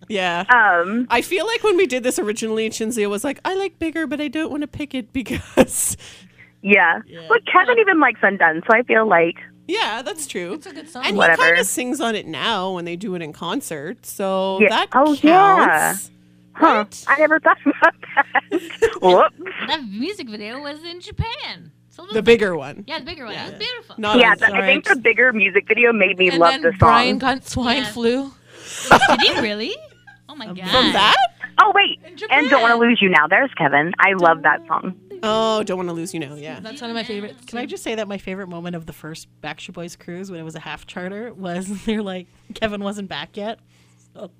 S1: Yeah.
S5: Um,
S1: I feel like when we did this originally, Chinzia was like, I like bigger, but I don't want to pick it because.
S5: yeah. But Kevin even likes Undone, so I feel like
S1: Yeah, that's true.
S3: It's a good song.
S1: And
S5: Whatever.
S1: he kind of sings on it now when they do it in concert. So
S5: Yeah.
S1: that
S5: Oh,
S1: counts.
S5: yeah. Huh. I never thought about that. Whoops.
S4: That music video was in Japan. So
S1: The bigger one.
S4: Yeah, the bigger one. It was beautiful.
S1: Not
S5: yeah,
S1: on-
S5: th- I think the bigger music video made me
S3: Oh, And
S5: Um, love
S3: then
S5: the song.
S3: Brian got swine
S4: Yeah.
S3: flu.
S4: Did he really? Oh my god.
S1: from that?
S5: oh wait,
S3: Japan.
S5: and don't want to lose you now. There's Kevin. I love that song.
S1: Oh, don't want to lose you now. Yeah.
S3: That's one of my favorites.
S2: Can I just say that my favorite moment of the first Backstreet Boys cruise when it was a half charter was they're like Kevin wasn't back yet. So,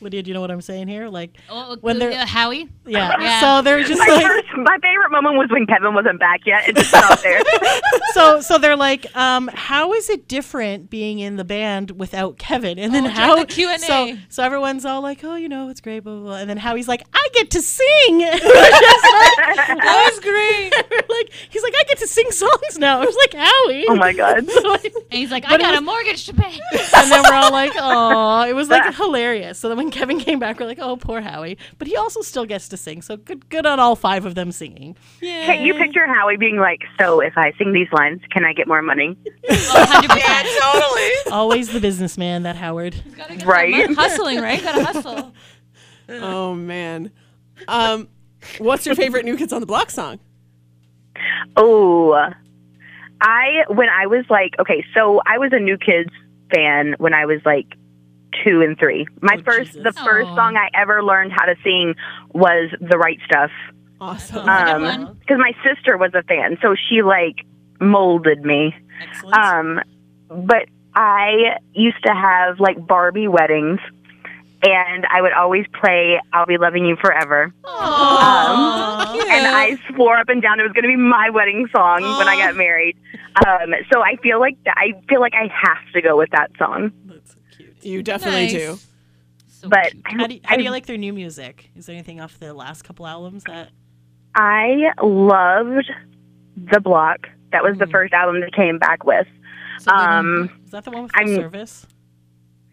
S2: Lydia, do you know what I'm saying here? Like
S4: Oh,
S2: When
S4: when
S2: they're-
S4: uh, Howie.
S2: yeah.
S4: Yeah.
S2: So they're just
S5: My
S2: like
S5: first, my favorite moment was when Kevin wasn't back yet. It just stopped there.
S2: so so they're like um how is it different being in the band without Kevin? And then
S3: Oh, during
S2: how
S3: the Q&A.
S2: So so everyone's all like, "Oh, you know, it's great blah blah." blah. And then Howie's like, "I get to sing." that was great. like he's like, "I get to sing songs now." I was like, "Howie."
S5: oh my god.
S4: And he's like, I
S2: But it
S4: got
S2: was-
S4: a mortgage to pay.
S2: and then we're all like, "Oh, it was like hilarious." So then when Kevin came back, we're like, "Oh, poor Howie," but he also still gets to sing. So good, good on all five of them singing.
S5: Can you picture Howie being like, "So if I sing these lines, can I get more money?"
S4: Oh, 100%.
S1: totally.
S2: Always the businessman, that Howard.
S5: Right.
S3: Hustling, right? Gotta hustle.
S1: oh man. Um, what's your favorite New Kids on the Block song?
S5: Oh, I when I was like, okay, so I was a New Kids fan when I was like two and three. My
S2: Oh,
S5: first,
S2: Jesus.
S5: the first
S4: Aw.
S5: song I ever learned how to sing was "The Right Stuff"
S1: Awesome.
S4: Uh,
S5: because
S4: Good one.
S5: my sister was a fan, so she like molded me.
S2: Excellent.
S5: Um, but I used to have like Barbie weddings, and I would always play "I'll Be Loving You Forever." Um,
S3: Aw, cute.
S5: and I swore up and down it was going to be my wedding song when I got married. Um, so I feel like th- I feel like I have to go with that song.
S2: That's cute.
S1: you definitely
S3: Nice.
S1: do.
S4: So
S5: But
S4: cute.
S5: I,
S2: How do, you, how do you
S5: I-
S2: like their new music? Is there anything off the last couple albums that
S5: I loved the block. That was
S3: Mm.
S5: the first album they came back with.
S2: So they
S5: Um,
S2: didn't- is that the one with full
S5: I'm-
S2: service?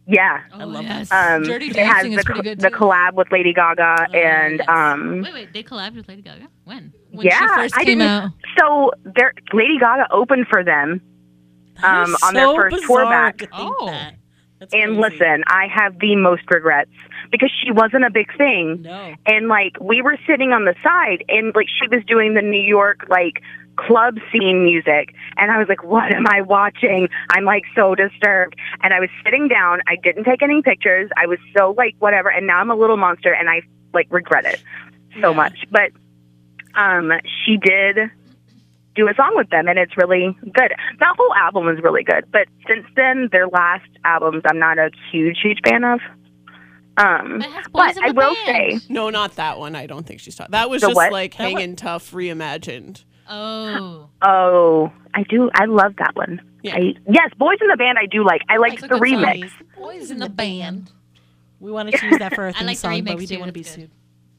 S5: Yeah.
S4: Oh,
S2: I love
S4: yes.
S5: Um,
S3: Dirty
S5: it has
S3: Dancing
S5: the,
S3: is
S5: co-
S3: pretty good,
S5: the
S3: too. Oh,
S5: collab with Lady Gaga and
S3: yes.
S5: um,
S4: Wait, wait. They collabed with Lady Gaga. When?
S3: when she
S5: yeah,
S3: first
S5: I
S3: came
S5: didn't-
S3: out.
S5: so there, Lady Gaga opened for them.
S2: That
S5: um,
S2: is
S5: on their
S2: so
S5: first tour
S2: bizarre
S5: back.
S2: to think
S4: Oh.
S2: that. That's
S5: And
S2: crazy.
S5: listen, I have the most regrets because she wasn't a big thing.
S2: No.
S5: and like we were sitting on the side and like she was doing the New York like club scene music and I was like what am I watching I'm like so disturbed and I was sitting down I didn't take any pictures I was so like whatever and now I'm a little monster and I like regret it so
S2: Yeah.
S5: much but um she did do a song with them and it's really good that whole album is really good but since then their last albums I'm not a huge huge fan of um
S4: But it has boys
S5: but
S4: in
S5: I
S4: the
S5: will
S4: band.
S5: say
S1: No, not that one. I don't think she's talking. That was
S5: The
S1: just
S5: what?
S1: like
S2: That
S1: hanging tough reimagined.
S4: Oh.
S5: Oh, I do. I love that one.
S1: Yeah.
S5: I, yes, Boys in the Band. I do like. I like
S3: It's a
S5: the
S3: good song.
S5: remix.
S3: Boys in the band.
S2: We wanted to use that for our theme
S4: like the
S2: song, but
S4: remix
S2: we
S4: too,
S2: didn't want to be
S4: that's good.
S2: sued.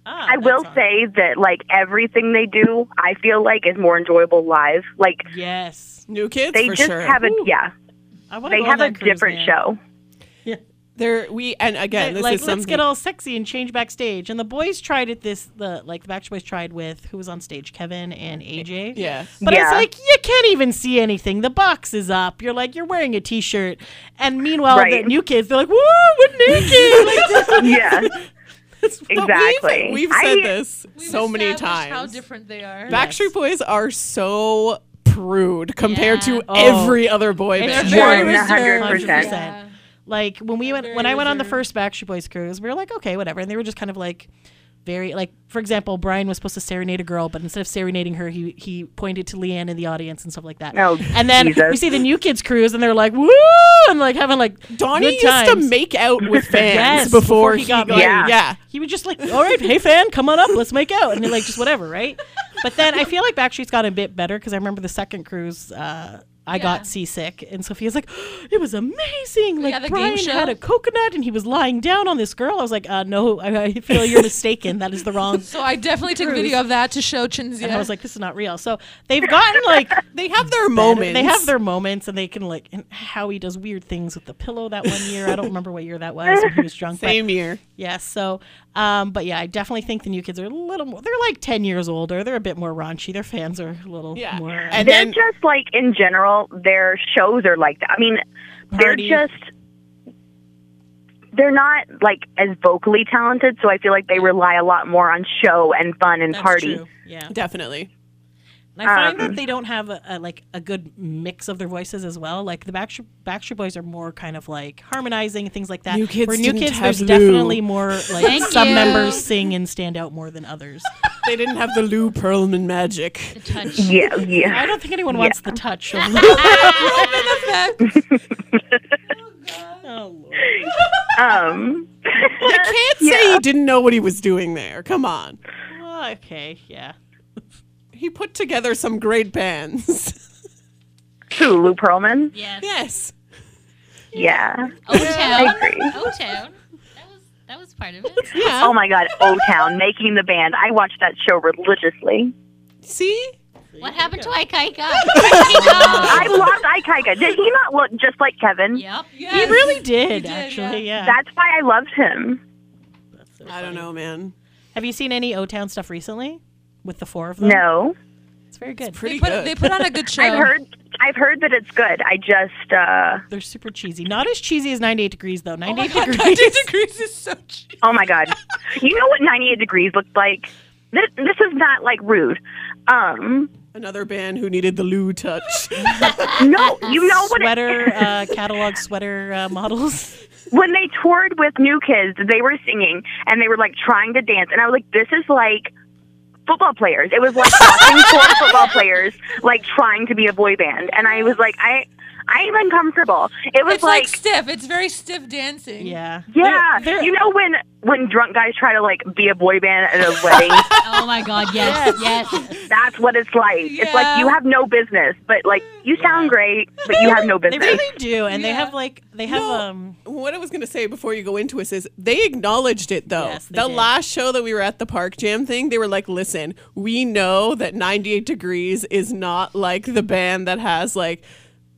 S2: Ah,
S5: I
S2: that
S5: will
S2: song.
S5: say that like everything they do, I feel like is more enjoyable live. Like
S2: Yes.
S1: New Kids
S5: they
S1: for
S5: just
S1: sure.
S5: have a yeah.
S2: I want to
S5: They
S2: go on
S5: have a
S2: that cruise,
S5: different
S2: man.
S5: show.
S1: There we and again
S2: They're
S1: this
S2: like,
S1: is
S2: let's
S1: something.
S2: get all sexy and change backstage. And the boys tried it this, the like the Backstreet Boys tried with who was on stage, Kevin and AJ.
S1: yeah.
S2: But it's
S5: Yeah.
S2: like you can't even see anything. The box is up. You're like you're wearing a t-shirt, and meanwhile
S5: Right.
S2: the new kids they're like, "Woo, we're naked!" Like,
S5: yeah,
S2: that's what we-
S5: exactly.
S1: We've
S5: I-
S1: said this
S3: We've
S1: so many
S3: established How
S1: times.
S3: different they are.
S1: Backstreet Boys are so prude compared
S4: Yeah.
S1: to
S2: Oh.
S1: every other boy
S2: It's
S1: band.
S2: true.
S5: One
S2: reserved.
S5: hundred percent.
S3: Yeah.
S2: like when we went
S3: very
S2: when I went on the first
S3: reserved.
S2: Backstreet Boys cruise, we were like, okay, whatever. And they were just kind of like very like for example, Brian was supposed to serenade a girl, but instead of serenading her, he he pointed to Leanne in the audience and stuff like that.
S5: Oh,
S2: and then
S5: Jesus.
S2: we see the new kids cruise, and they're like, woo, and like having like
S1: Donnie
S2: good
S1: used
S2: times.
S1: to make out with fans
S2: Yes,
S1: before,
S2: before
S1: he,
S2: he got
S1: got
S5: married.
S1: yeah.
S2: he would just like, all right, hey fan, come on up, let's make out, and they're like just whatever, right? But then I feel like Backstreet's got a bit better because I remember the second cruise, uh, I
S3: Yeah.
S2: got seasick, and Sophia's like, it was amazing. Like
S3: had the game
S2: Brian
S3: show.
S2: had a coconut and he was lying down on this girl. I was like, uh, no, I, I feel you're mistaken. That is the wrong.
S3: So I definitely took a video of that to show Chinzia.
S2: And I was like, this is not real. So they've gotten like.
S1: They have their moments.
S2: They have their moments, and they can like. And Howie does weird things with the pillow that one year. I don't remember what year that was. When he was drunk. but-
S1: same year.
S2: yeah, so, um, but yeah, I definitely think the new kids are a little more, they're like 10 years older. They're a bit more raunchy. Their fans are a little
S1: Yeah.
S2: more.
S1: And
S5: They're
S1: then
S5: just like in general, their shows are like that. I mean,
S2: Party.
S5: they're just. They're not like as vocally talented, so I feel like they rely a lot more on show and fun and
S2: That's
S5: party. Um,
S2: true. Yeah.
S1: definitely.
S2: And I find that they don't have a, a, like a good mix of their voices as well. Like the Backstreet, Backstreet Boys are more kind of like harmonizing and things like that.
S1: New Kids
S2: Where new
S1: didn't
S2: kids,
S1: have
S2: there's
S1: Lou.
S2: definitely more like
S4: Thank
S2: some
S4: you.
S2: members sing and stand out more than others.
S1: They didn't have the Lou Pearlman magic.
S4: The touch.
S5: Yeah, yeah.
S2: I don't think anyone wants the touch. Of oh, Lord.
S5: Um,
S1: I can't say he didn't know what he was doing there. Come on.
S2: Oh, okay, yeah.
S1: He put together some great bands.
S5: who, Lou Pearlman?
S4: Yes.
S1: yes.
S5: Yeah.
S4: O Town.
S5: agree.
S4: O Town. That was that was part of it.
S1: Yeah.
S5: Oh my God, O Town, making the band. I watched that show religiously.
S1: See?
S4: What happened to Ikaika?
S5: I loved Ikaika. Did he not look just like Kevin?
S4: yep.
S3: yes.
S2: He really did,
S3: did,
S2: actually, yeah.
S5: That's why I loved him.
S2: That's so
S1: I don't
S2: funny.
S1: know, man.
S2: Have you seen any O Town stuff recently with the four of them?
S5: No.
S2: It's very good.
S1: Pretty
S3: they, put,
S1: good.
S3: they put on a good show.
S5: I've heard I've heard that it's good. I just uh,
S2: They're super cheesy. Not as cheesy as 98 degrees though.
S3: Oh my
S2: 98
S3: God,
S2: degrees.
S3: 90 degrees is so cheap.
S5: oh my god, you know what 98 degrees looked like. This, this is not like rude. Um,
S1: Another band who needed the Lou touch.
S5: no, you know what? It,
S2: sweater uh, catalog sweater uh, models.
S5: when they toured with New Kids, they were singing and they were like trying to dance, and I was like, this is like football players. It was like watching four football players like trying to be a boy band, and I was like, I I am uncomfortable. It was
S3: It's like, stiff. It's very stiff dancing.
S2: Yeah.
S5: Yeah,
S2: They're- they're-
S5: you know when when drunk guys try to like be a boy band at a wedding,
S4: Oh my God! Yes, yes.
S5: that's what it's like. It's
S3: Yeah.
S5: like you have no business, but like you sound great, but you have no
S2: They
S5: business.
S2: really do, and they
S3: Yeah.
S2: have like they have
S1: No.
S2: um.
S1: what I was gonna say before you go into us is they acknowledged it though.
S2: Yes, they
S1: the
S2: did.
S1: last show that we were at the Park Jam thing, they were like, "Listen, we know that 98 Degrees is not like the band that has like."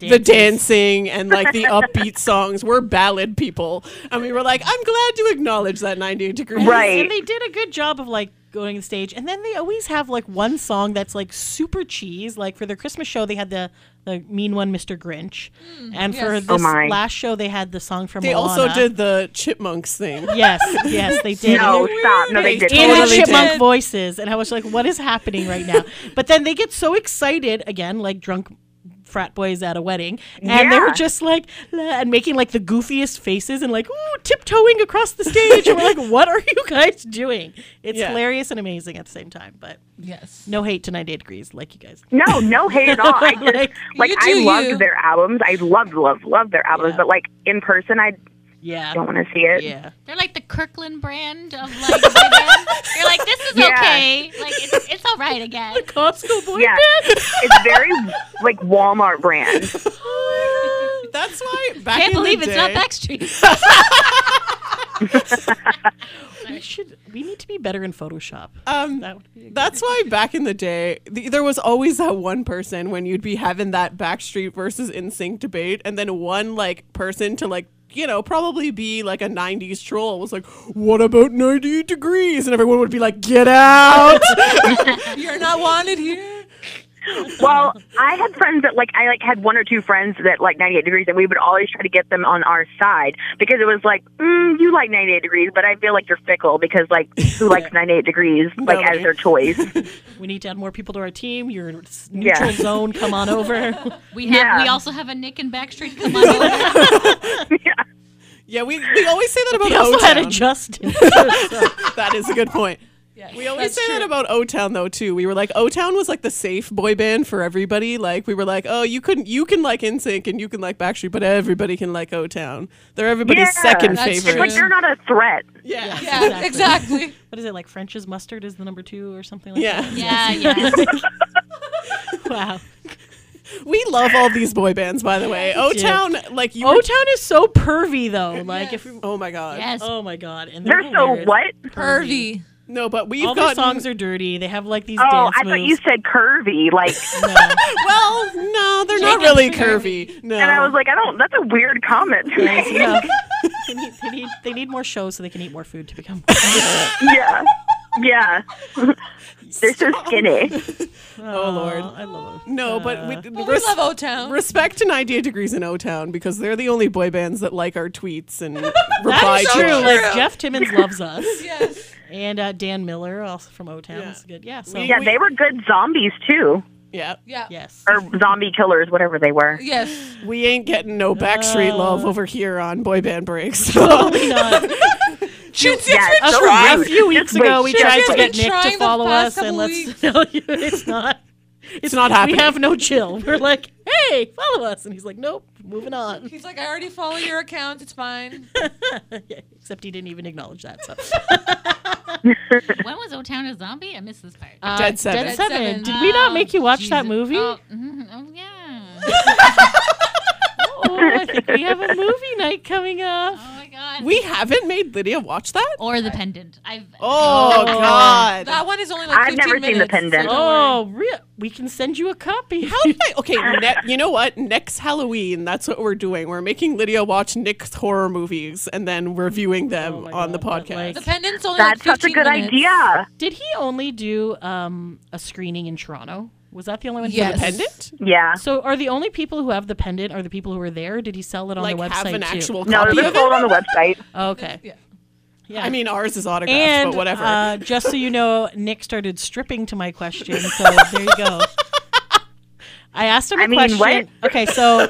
S1: The
S2: Dances.
S1: dancing and like the upbeat songs. We're ballad people. And we were like, I'm glad to acknowledge that 98 degrees.
S5: Right.
S2: And they did a good job of like going to the stage. And then they always have like one song that's like super cheese. Like for their Christmas show, they had the the mean one, Mr. Grinch. and for
S3: yes.
S2: this
S5: Oh my.
S2: last show, they had the song from.
S1: They also
S2: Moana.
S1: did the Chipmunks thing.
S2: Yes, yes, they did.
S5: no,
S2: And they're
S5: stop. No, they
S1: They
S5: didn't.
S2: in
S1: Totally
S2: the chipmunk
S3: did.
S2: voices, and I was like, "What is happening right now?" But then they get so excited again, like drunk frat boys at a wedding, and they were
S5: Yeah.
S2: just like "La," and making like the goofiest faces and like ooh, tiptoeing across the stage, and we're like, "What are you guys doing?" It's
S1: Yeah.
S2: hilarious and amazing at the same time, but
S3: Yes.
S2: no hate to 98 degrees, like you guys.
S5: No, no hate at all. I just
S2: Like,
S5: like,
S3: you
S5: I
S3: do
S5: loved
S3: you.
S5: their albums. I loved, loved, loved their albums,
S2: Yeah.
S5: but like in person, I
S2: Yeah,
S5: don't want to see it.
S2: yeah.
S4: They're like the Kirkland brand of like. boy band. You're like, this is
S5: Yeah.
S4: okay. Like, it's, it's all right again.
S2: Costco boy.
S5: Yeah, it's very like Walmart brand.
S1: That's why back
S4: Can't
S1: in
S4: believe
S1: the
S4: it's
S1: day,
S4: not Backstreet.
S2: We should. We need to be better in Photoshop.
S5: Uh,
S1: Um,
S2: That would be a
S1: That's why back in the day, th- there was always that one person when you'd be having that Backstreet versus NSYNC debate, and then one like person to like you know probably be like a '90s troll was like, "What about 98 degrees?" and everyone would be like, "Get out!"
S3: You're not wanted here.
S5: Well, I had friends that like I like had one or two friends that like 98 degrees, and we would always try to get them on our side because it was like mm, you like 98 degrees, but I feel like you're fickle because like who likes 98 degrees like
S1: Nobody.
S5: as their choice?
S2: We need to add more people to our team. You're in s-
S5: Yeah.
S2: neutral zone. Come on over.
S4: We have.
S5: Yeah.
S4: We also have a Nick and Backstreet. Come on.
S1: yeah, we, we always say that about
S2: We also had a
S1: O-Town.
S2: Justin.
S1: that is a good point.
S3: Yes.
S1: We always
S3: That's
S1: say
S3: true.
S1: that about O Town though too. We were like O Town was like the safe boy band for everybody. Like we were like, oh, you couldn't, you can like NSYNC and you can like Backstreet, but everybody can like O Town. They're everybody's
S5: Yeah.
S1: second
S3: That's
S5: It's
S1: favorite.
S5: like you're not a threat.
S1: Yeah. yeah.
S3: Yeah, exactly.
S2: What is it like? French's mustard is the number two or something like that.
S4: yeah, yeah.
S2: Wow.
S1: we love all these boy bands, by the way. O Town, like you.
S2: O
S1: were-
S2: Town is so pervy though. Like if we,
S1: oh my god.
S4: Yes.
S2: oh my god, and
S5: They're so
S2: hilarious.
S5: what?
S3: Pervy.
S1: No, but we've
S2: All their
S1: gotten
S2: songs are dirty. They have like these
S5: Oh,
S2: dance
S5: I thought you
S2: moves.
S5: said curvy, like,
S1: well, no, they're not
S4: Jacob's
S1: really
S4: curvy.
S1: curvy. No.
S5: and I was like, I don't. That's a weird comment. to
S2: Yes,
S5: make.
S2: no. they, need, they need they need more shows so they can eat more food to become.
S5: yeah, yeah. They're so skinny.
S1: oh lord.
S2: I love it.
S1: No, but we,
S3: Well,
S1: res-
S3: we love O Town.
S1: respect to 98 Degrees in O Town because they're the only boy bands that like our tweets and
S2: That
S1: reply
S2: is
S1: to
S2: true.
S1: us.
S2: Like Jeff Timmons loves us,
S3: Yes.
S2: and uh, Dan Miller also from O Town
S1: Yeah.
S2: is good. Yeah. So
S5: Yeah, they were good zombies too,
S1: Yeah.
S3: Yeah.
S2: yes.
S5: or zombie killers, whatever they were.
S3: Yes.
S1: We ain't getting no Backstreet
S2: No.
S1: love over here on Boy Band Breaks.
S2: Probably not.
S3: Shoot,
S5: Yeah, it's so
S2: a
S5: rude.
S2: few
S5: Just
S2: weeks ago, we
S5: wait,
S2: tried
S5: just
S2: to
S5: wait.
S2: get
S3: wait.
S2: Nick
S3: Trying
S2: to
S3: the
S2: follow us,
S3: past
S2: and
S3: couple
S2: let's
S3: weeks.
S2: tell you, it's not.
S1: it's not
S2: We
S1: happening.
S2: have no chill. We're like, hey, follow us, and he's like, nope, moving on.
S3: He's like, I already follow your account. It's fine.
S2: Yeah, except he didn't even acknowledge that. So.
S4: when was O Town a zombie? I missed this part.
S2: Uh,
S1: Dead Seven.
S2: Dead
S3: Dead
S2: Seven.
S3: Seven.
S2: Did we not
S4: Oh,
S2: make you watch that
S4: Jesus.
S2: movie?
S4: Oh, mhm. Oh, yeah.
S2: Oh, I think we have a movie night coming up.
S4: Oh my god.
S1: we haven't made Lydia watch that?
S4: or the pendant. I've
S1: Oh, God.
S3: That one is only like
S5: I've
S3: 15
S5: never seen the
S3: minutes, so
S5: pendant.
S3: don't worry.
S2: Oh, re- we can send you a copy.
S1: How did I? Okay, ne- you know what? Next Halloween, that's what we're doing. We're making Lydia watch Nick's horror movies and then reviewing them
S2: Oh my
S1: on the
S2: God, but,
S1: podcast.
S2: like-
S3: The pendant's only
S5: That's
S3: like
S5: such a
S3: 15
S5: good
S3: minutes.
S5: idea.
S2: Did he only do um, a screening in Toronto? Was that the only one? who
S3: Yes.
S2: had a pendant?
S1: Pendant?
S5: Yeah.
S2: So are the only people who have the pendant are the people who are there? Did he sell it on
S1: Like
S2: the website
S1: have an
S2: too? Oh,
S1: actual
S5: No,
S1: copy
S5: it was
S1: of it?
S5: sold on the website.
S2: Okay.
S3: Yeah.
S2: Yeah.
S1: I mean, ours is autographed,
S2: and
S1: but whatever.
S2: Uh, just so you know, Nick started stripping to my question, so there you go. I asked him a
S5: I mean,
S2: question.
S5: what?
S2: Okay, so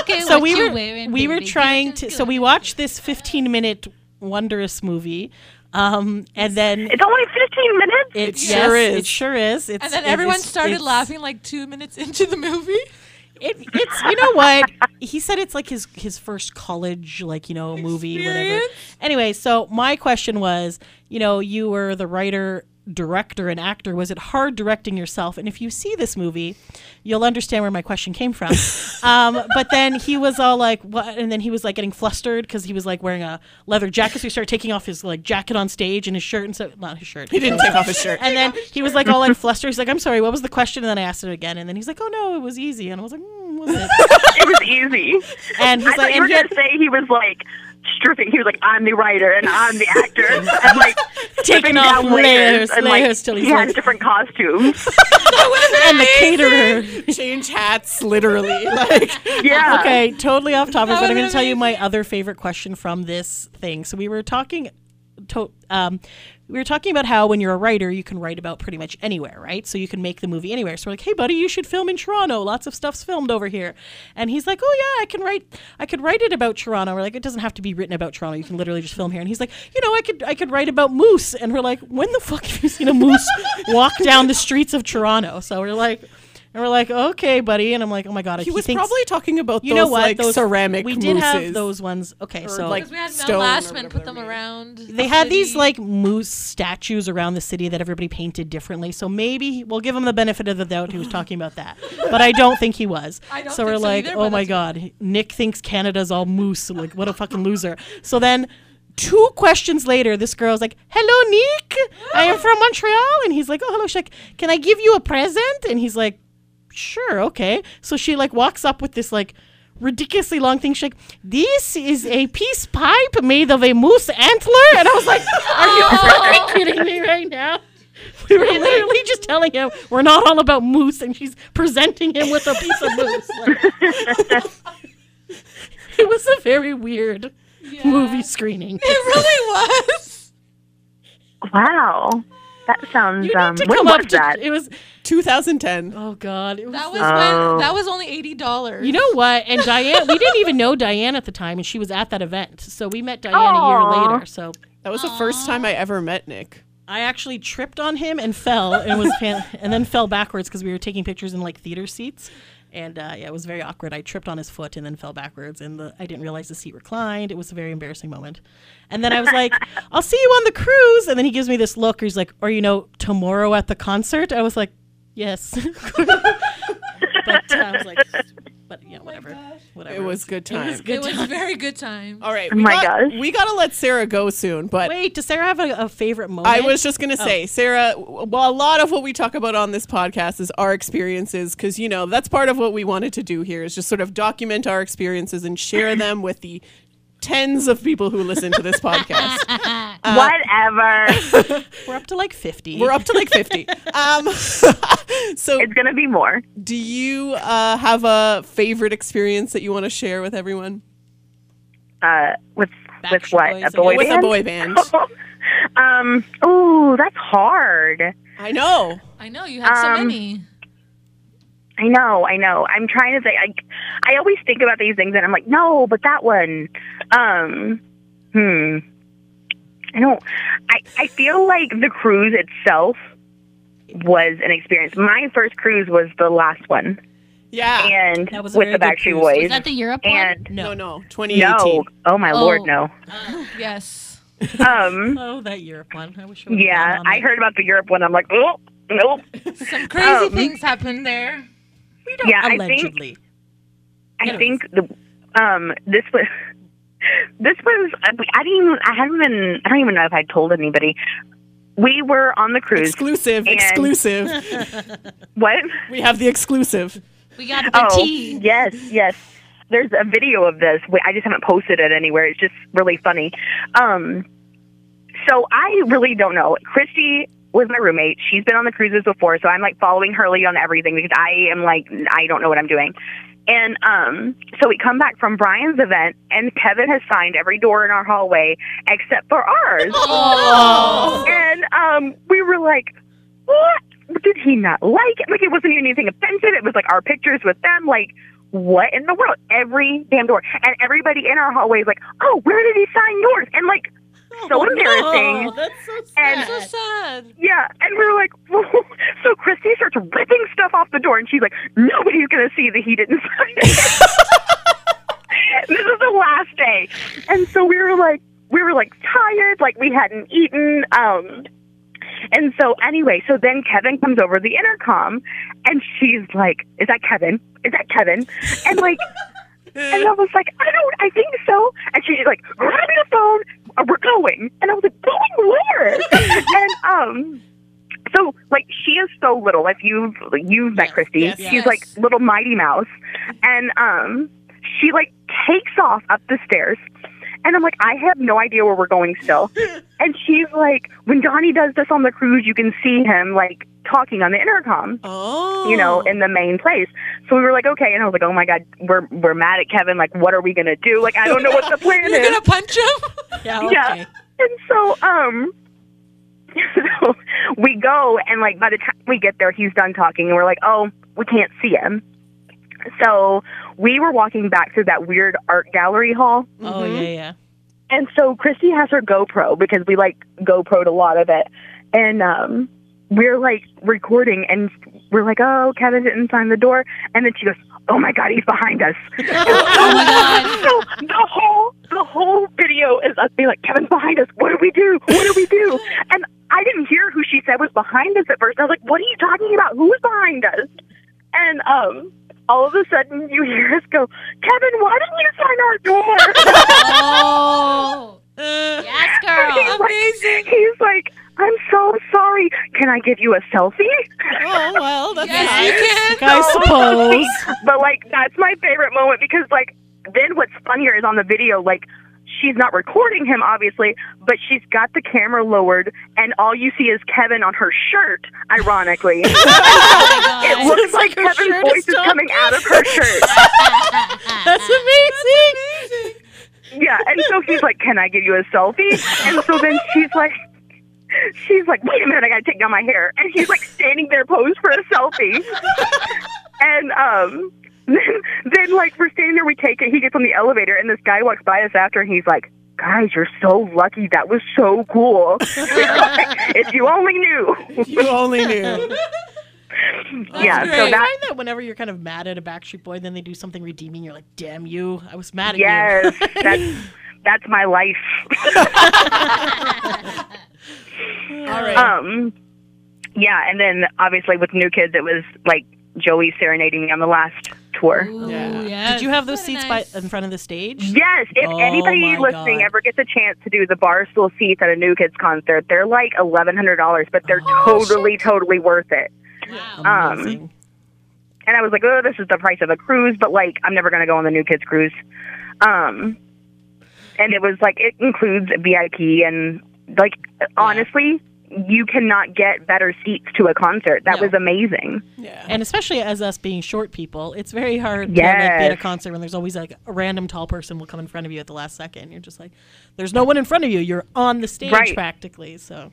S4: Okay,
S2: so
S4: what
S2: we
S4: you
S2: were
S4: wearing,
S2: we were
S4: baby? You
S2: trying
S4: just
S2: to
S4: go
S2: so we watched this 15 minute wondrous movie, um, and then
S5: It's only 15 minutes.
S2: it,
S1: sure
S2: yes,
S1: is.
S2: It sure is. It's,
S3: And then
S2: it
S3: everyone
S2: is-
S3: started
S2: it's-
S3: laughing like two minutes into the movie.
S2: It, it's you know what he said. It's like his his first college like you know movie whatever.
S3: Experience.
S2: Anyway, so my question was, you know, you were the writer, director, and actor. Was it hard directing yourself? And if you see this movie, you'll understand where my question came from. um, but then he was all like, "What?" And then he was like getting flustered because he was like wearing a leather jacket. So he started taking off his like jacket on stage and his shirt and so not his shirt.
S1: he didn't take off his shirt.
S2: And then he was like all like flustered. He's like, I'm sorry, what was the question? And then I asked it again. And then he's like, oh no, it was easy. And I was like, mm, was it?
S5: It was easy.
S2: And
S5: I
S2: he's
S5: thought
S2: like,
S5: you were
S2: and he had
S5: going to say he was like stripping. He was like, I'm the writer and I'm the actor. and like stripping
S2: taken off
S5: down
S2: layers,
S5: and,
S2: layers,
S5: like,
S2: till he's
S5: he had
S2: like,
S5: different costumes.
S2: and the caterer.
S1: Change hats, literally. Like,
S5: yeah.
S2: Okay, totally off topic,
S3: That
S2: but I'm
S3: would've
S2: going to
S3: been
S2: tell you my other favorite question from this thing. So we were talking, to, um, we were talking about how when you're a writer, you can write about pretty much anywhere, right? So you can make the movie anywhere. So we're like, hey, buddy, you should film in Toronto. Lots of stuff's filmed over here, and he's like, oh yeah, I can write, I could write it about Toronto. We're like, it doesn't have to be written about Toronto. You can literally just film here. And he's like, you know, I could, I could write about moose. And we're like, when the fuck have you seen a moose walk down the streets of Toronto? So we're like. And we're like, okay, buddy. And I'm like, oh my god,
S1: he was
S2: thinks,
S1: probably talking about
S2: you
S1: those,
S2: know what?
S1: like,
S2: those
S1: ceramic
S2: We did have
S1: mousses.
S2: those ones. Okay, so
S1: like-
S2: like.
S3: Because we had
S1: Stone or
S3: Mel Lashman
S1: whatever
S3: put them
S1: their name
S3: around.
S2: They had these like moose statues around the city that everybody painted differently. So maybe we'll give him the benefit of the doubt. He was talking about that, but I don't think he was.
S3: I don't
S2: so we're
S3: think so
S2: like,
S3: either,
S2: oh
S3: but
S2: my
S3: that's
S2: god, Nick thinks Canada's all moose. I'm like, what a fucking loser. So then, two questions later, this girl's like, "Hello, Nick. I am from Montreal," and he's like, "Oh, hello, Shek. Can I give you a present?" And he's like, sure, okay. So she like walks up with this like ridiculously long thing. She's like, this is a peace pipe made of a moose antler. And I was like, are you
S5: Oh.
S2: fucking kidding me right now? We were literally just telling him we're not all about moose, and she's presenting him with a piece of moose. Like- it was a very weird movie screening.
S3: It really was.
S5: Wow. That sounds.
S2: You
S5: um,
S2: need to
S5: when
S2: come
S5: was
S2: up to
S5: that?
S2: it was
S1: 2010.
S2: oh god, it was
S3: That was
S5: Oh.
S3: when. That was only eighty dollars.
S2: You know what? And Diane, we didn't even know Diane at the time, and she was at that event. So we met Diane a year
S5: Aw.
S2: later. So
S1: That was the first time I ever met Nick.
S2: I actually tripped on him and fell, and was pan- and then fell backwards because we were taking pictures in like theater seats, and uh, yeah, it was very awkward. I tripped on his foot and then fell backwards, and the, I didn't realize the seat reclined. It was a very embarrassing moment. And then I was like, "I'll see you on the cruise," and then he gives me this look. He's like, "Or you know, tomorrow at the concert." I was like, "Yes," but uh, I was like, "But yeah, whatever, whatever."
S1: It was good time.
S3: it was a very good time.
S1: All right.
S5: Oh
S1: we
S5: my
S1: got-
S5: gosh.
S1: We got to let Sarah go soon, but
S2: Wait, does Sarah have a, a favorite moment?
S1: I was just going
S3: Oh.
S1: to say, Sarah, w- well, a lot of what we talk about on this podcast is our experiences because, you know, that's part of what we wanted to do here is just sort of document our experiences and share them with the tens of people who listen to this podcast.
S2: Uh,
S5: Whatever.
S2: we're up to like fifty.
S1: We're up to like 50. Um, so,
S5: it's gonna be more.
S1: do you uh, have a favorite experience that you want to share with everyone?
S5: Uh, with with
S2: Backstreet
S5: what?
S2: Boys
S5: a
S2: and-
S5: boy
S1: with
S5: band?
S1: a boy band.
S5: um. Ooh, that's hard.
S1: I know.
S3: I know you had so
S5: Um,
S3: many.
S5: I know, I know. I'm trying to think. I, I always think about these things, and I'm like, no, but that one. Um, hmm. I don't. I I feel like the cruise itself was an experience. My first cruise was the last one,
S1: Yeah.
S5: and
S2: Ah, That was a
S5: with
S2: very
S5: the
S2: good
S5: Backstreet
S2: cruise. Was
S5: Boys.
S4: Is that the Europe one?
S5: and
S1: no, no.
S5: no,
S1: 2018.
S5: oh my
S4: Oh.
S5: lord, no.
S3: Yes.
S5: Um,
S2: Oh, that Europe one. I wish. I would've
S5: yeah,
S2: gone on
S5: I
S2: that.
S5: heard about the Europe one. I'm like, oh, nope.
S3: Some crazy
S5: Um,
S3: things happened there.
S2: We don't
S5: Yeah, I think-
S2: allegedly.
S5: I
S2: Anyways.
S5: think the um this was this was I, I didn't even I haven't been I don't even know if I told anybody. We were on the cruise.
S1: Exclusive,
S5: And-
S1: exclusive.
S5: what?
S1: we have the exclusive.
S4: We got the
S5: Oh,
S4: tea.
S5: yes, yes. There's a video of this. We- I just haven't posted it anywhere. It's just really funny. Um, so I really don't know. Christy was my roommate. She's been on the cruises before, so I'm like following her lead on everything because I am like I don't know what I'm doing. And um, so we come back from Brian's event, and Kevin has signed every door in our hallway except for ours. And um, we were like, what? Did he not like it? Like, it wasn't even anything offensive. It was like our pictures with them. Like, what in the world? Every damn door. And everybody in our hallway is like, oh, where did he sign yours? And like, so embarrassing.
S2: Oh, that's so
S5: And-
S2: sad.
S3: so sad.
S5: Yeah, and we were like, Whoa. so Christy starts ripping stuff off the door, and she's like, nobody's gonna see that he didn't sign it. this is the last day, and so we were like, we were like tired, like we hadn't eaten. Um, and so anyway, so then Kevin comes over the intercom, and she's like, "Is that Kevin? Is that Kevin?" And like. And I was like, I don't, I think so. And she's like, grab your phone, uh, we're going. And I was like, going where? and um, so like she is so little. If you've you've met
S2: Yes,
S5: Christy,
S2: yes,
S5: she's
S3: yes.
S5: like little Mighty Mouse, and um, she like takes off up the stairs. And I'm like, I have no idea where we're going still. and she's like, when Donnie does this on the cruise, you can see him like talking on the intercom
S1: Oh.
S5: you know, in the main place. So we were like, okay, and I was like, oh my god, we're we're mad at Kevin. Like, what are we gonna do? Like, I don't know what the plan
S3: You're
S5: is.
S3: gonna punch him?
S2: Yeah.
S5: Yeah.
S2: Okay.
S5: And so, um, so we go, and like by the time we get there, he's done talking, and we're like, oh, we can't see him. So we were walking back through that weird art gallery hall,
S2: Oh yeah, yeah.
S5: and so Christy has her GoPro because we like GoPro'd a lot of it. And um we're like recording and we're like, Oh, Kevin didn't sign the door and then she goes, Oh my god, he's behind us.
S4: Oh my god.
S5: so the whole the whole video is us being like, Kevin's behind us, what do we do? What do we do? And I didn't hear who she said was behind us at first. I was like, What are you talking about? Who is behind us? And um all of a sudden you hear us go, Kevin, why didn't you sign our door?
S4: Oh. Yes, girl.
S5: Amazing. he's like, I'm so sorry. Can I give you a selfie?
S1: Oh, well, that's
S3: Yes,
S1: nice.
S3: you can.
S2: I suppose.
S5: but like, that's my favorite moment because like, then what's funnier is on the video, like, she's not recording him obviously, but she's got the camera lowered, and all you see is Kevin on her shirt. Ironically, it
S4: Oh
S5: looks
S1: like
S5: like,
S1: her
S5: Kevin's
S1: shirt is
S5: voice is
S1: still-
S5: coming out of her shirt.
S4: my god.
S2: That's amazing.
S5: Yeah, and so he's like, "Can I give you a selfie?" And so then she's like, "She's like, wait a minute, I gotta take down my hair." And he's like standing there, posed for a selfie. And um, then, then like we're standing there, we take it. He gets on the elevator, and this guy walks by us after, and he's like, "Guys, you're so lucky. That was so cool. if you only knew."
S1: You only knew.
S5: yeah,
S3: great.
S5: so
S2: I
S5: that
S2: find that whenever you're kind of mad at a Backstreet Boy, then they do something redeeming. You're like, "Damn you! I was mad at you."
S5: yes, that's that's my life.
S1: All right.
S5: Um, yeah, and then obviously with New Kids, it was like Joey serenading me on the last tour.
S4: Oh,
S3: Ooh,
S1: Yeah.
S3: yes.
S2: Did you have those
S3: Kinda
S2: seats
S3: nice.
S2: by in front of the stage?
S5: Yes, if
S2: Oh
S5: anybody
S2: my
S5: listening
S2: God.
S5: ever gets a chance to do the barstool seats at a New Kids concert, they're like eleven hundred dollars, but they're totally, totally worth it.
S4: Wow.
S5: Um,
S2: Oh, Amazing.
S5: And I was like, oh, this is the price of a cruise, but like I'm never gonna go on the New Kids cruise. Um, and it was like it includes VIP and like honestly, you cannot get better seats to a concert. That
S2: No.
S5: was amazing.
S1: yeah.
S2: and especially as us being short people, it's very hard to like,
S5: Yes.
S2: be at a concert when there's always like a random tall person will come in front of you at the last second. You're just like, there's no one in front of you. You're on the stage
S5: Right.
S2: practically. So,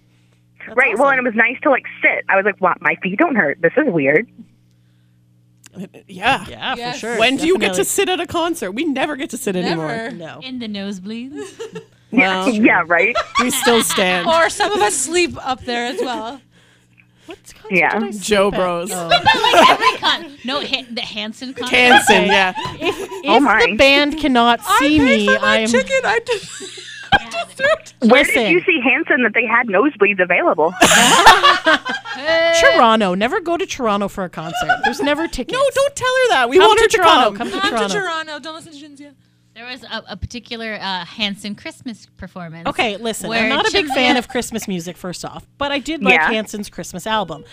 S2: that's
S5: right. Well,
S2: awesome.
S5: and it was nice to like sit. I was like, "Wow, my feet don't hurt. This is weird."
S1: Yeah.
S2: yeah,
S3: Yes.
S2: for sure.
S1: When do you get to
S2: definitely.
S1: sit at a concert? We never get to sit anymore.
S3: Never.
S2: No.
S4: In the nosebleeds.
S1: Well,
S5: Yeah. Right.
S1: we still stand.
S3: Or some of us sleep up there as well.
S2: What concert
S5: Yeah.
S2: did I sleep
S1: Joe
S2: at?
S1: Bros.
S2: Oh.
S4: like every con. No, ha- the Hanson con.
S1: Hanson, yeah.
S2: if
S5: Oh my.
S2: the band cannot see
S3: I paid
S2: me,
S3: for my
S2: I'm
S3: chicken. I just, I just threw it.
S5: Where
S2: Listen.
S5: did you see Hanson that they had nosebleeds available?
S2: Toronto. Never go to Toronto for a concert. There's never tickets.
S1: No, don't tell her that. We
S2: come
S1: want
S2: to
S1: her to
S2: Toronto.
S1: come.
S2: Come to
S3: Not
S2: Toronto.
S3: to Toronto. Don't listen to Shinzia.
S4: There was a, a particular uh, Hanson Christmas performance.
S2: Okay, listen,
S4: Where
S2: I'm not a big
S4: Chinzia-
S2: fan of Christmas music, first off, but I did like
S5: Yeah.
S2: Hanson's Christmas album.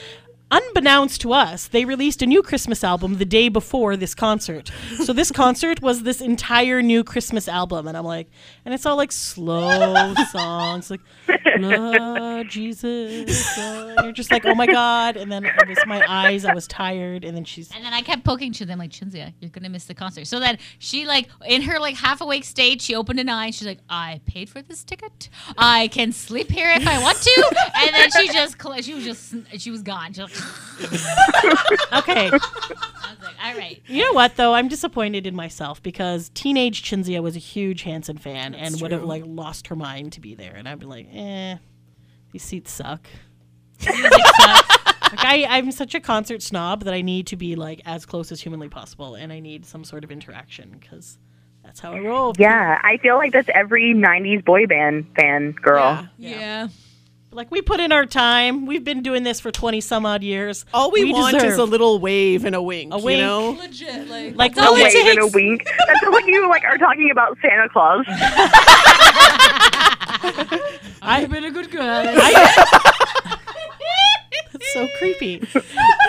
S2: Unbeknownst to us, they released a new Christmas album the day before this concert. So this concert was this entire new Christmas album, and I'm like, and it's all like slow songs, like Love Jesus. Lord." And you're just like, oh my god! And then it was my eyes. I was tired, and then she's
S4: And then I kept poking to them like Chinzia, you're gonna miss the concert. So then she like in her like half awake state, she opened an eye and she's like, I paid for this ticket. I can sleep here if I want to. and then she just cl- she was just she was gone. She was like,
S2: okay.
S4: I was like, all right.
S2: You know what though? I'm disappointed in myself because teenage Chinzia was a huge Hanson fan and would have like lost her mind to be there, and I'd be like, eh, these seats suck. like I, I'm such a concert snob that I need to be like as close as humanly possible, and I need some sort of interaction because that's how I roll.
S5: Yeah, I feel like that's every '90s boy band fan girl.
S3: Yeah.
S2: Like we put in our time. We've been doing this for 20 some odd years.
S1: All we, want is
S2: deserve-
S1: a little wave and a wink,
S2: A
S1: you
S2: wink.
S1: know?
S3: Legit. Like,
S2: like
S5: A
S2: all it
S5: wave and a
S2: takes.
S5: wink. That's what you like are talking about Santa Claus.
S2: I-
S4: I've been a good girl.
S2: That's so creepy.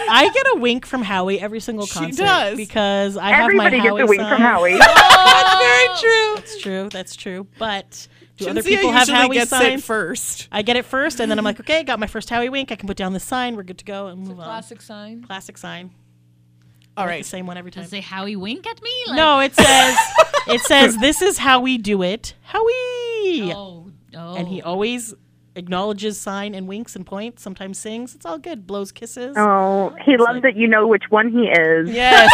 S2: I get a wink from Howie every single
S1: She
S2: concert
S1: does.
S2: because I
S5: Everybody
S2: have
S5: gets
S2: my Howie
S5: a wink from
S2: sign.
S5: Howie.
S2: That's very true. That's true. That's true. But do other
S1: Chinzia
S2: people have
S1: usually
S2: Howie
S1: gets
S2: signs?
S1: it first.
S2: I get it first, and then I'm like, okay, got my first Howie wink. I can put down this sign. We're good to go and move on.
S3: classic sign.
S2: Classic sign.
S1: All
S2: Like
S1: right.
S2: the same one every time.
S4: Does say Howie wink at me? Like,
S2: No, it says it says this is how we do it, Howie.
S4: Oh, no.
S2: And he always acknowledges sign and winks and points. Sometimes sings. It's all good. Blows kisses.
S5: Oh, he loves that you know which one he is.
S1: Yes,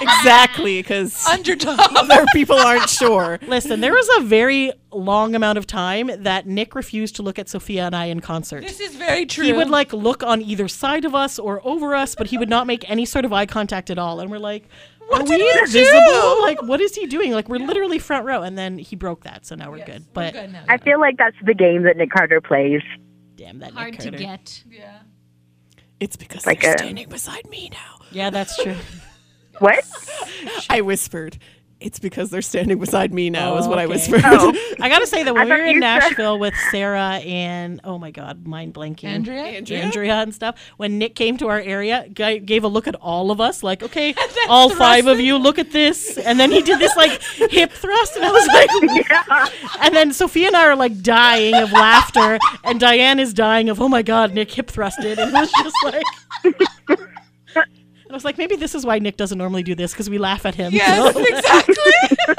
S1: exactly, because
S3: Underdog.
S1: other people aren't sure.
S2: Listen, there was a very long amount of time that Nick refused to look at Sophia and I in concert.
S3: this is very true.
S2: he would like look on either side of us or over us, but he would not make any sort of eye contact at all. And we're like, are we invisible? Like, what is he doing? Like, we're literally front row. And then he broke that, so now we're good. But
S3: Good now.
S5: I feel like that's the game that Nick Carter plays.
S2: damn that
S4: hard
S2: Nick
S4: to
S2: Carter.
S4: get.
S3: Yeah.
S1: It's because
S5: Like
S1: they're
S5: a-
S1: standing beside me now.
S2: Yeah, that's true.
S5: What?
S1: I whispered. It's because they're standing beside me now, is what I
S2: Okay.
S1: whispered.
S5: Oh,
S2: I gotta say that when we
S5: thought
S2: were in
S5: you said-
S2: Nashville with Sarah and oh my god, mind blanking.
S3: Andrea?
S2: Andrea and stuff. When Nick came to our area, guy gave a look at all of us, like, okay, all five of you, look at this. And then he did this like hip thrust, and I was like,
S5: yeah.
S2: and then Sophia and I are like dying of laughter, and Diane is dying of, oh my god, Nick hip thrusted, and it was just like. I was like, maybe this is why Nick doesn't normally do this because we laugh at him.
S3: Yes, exactly.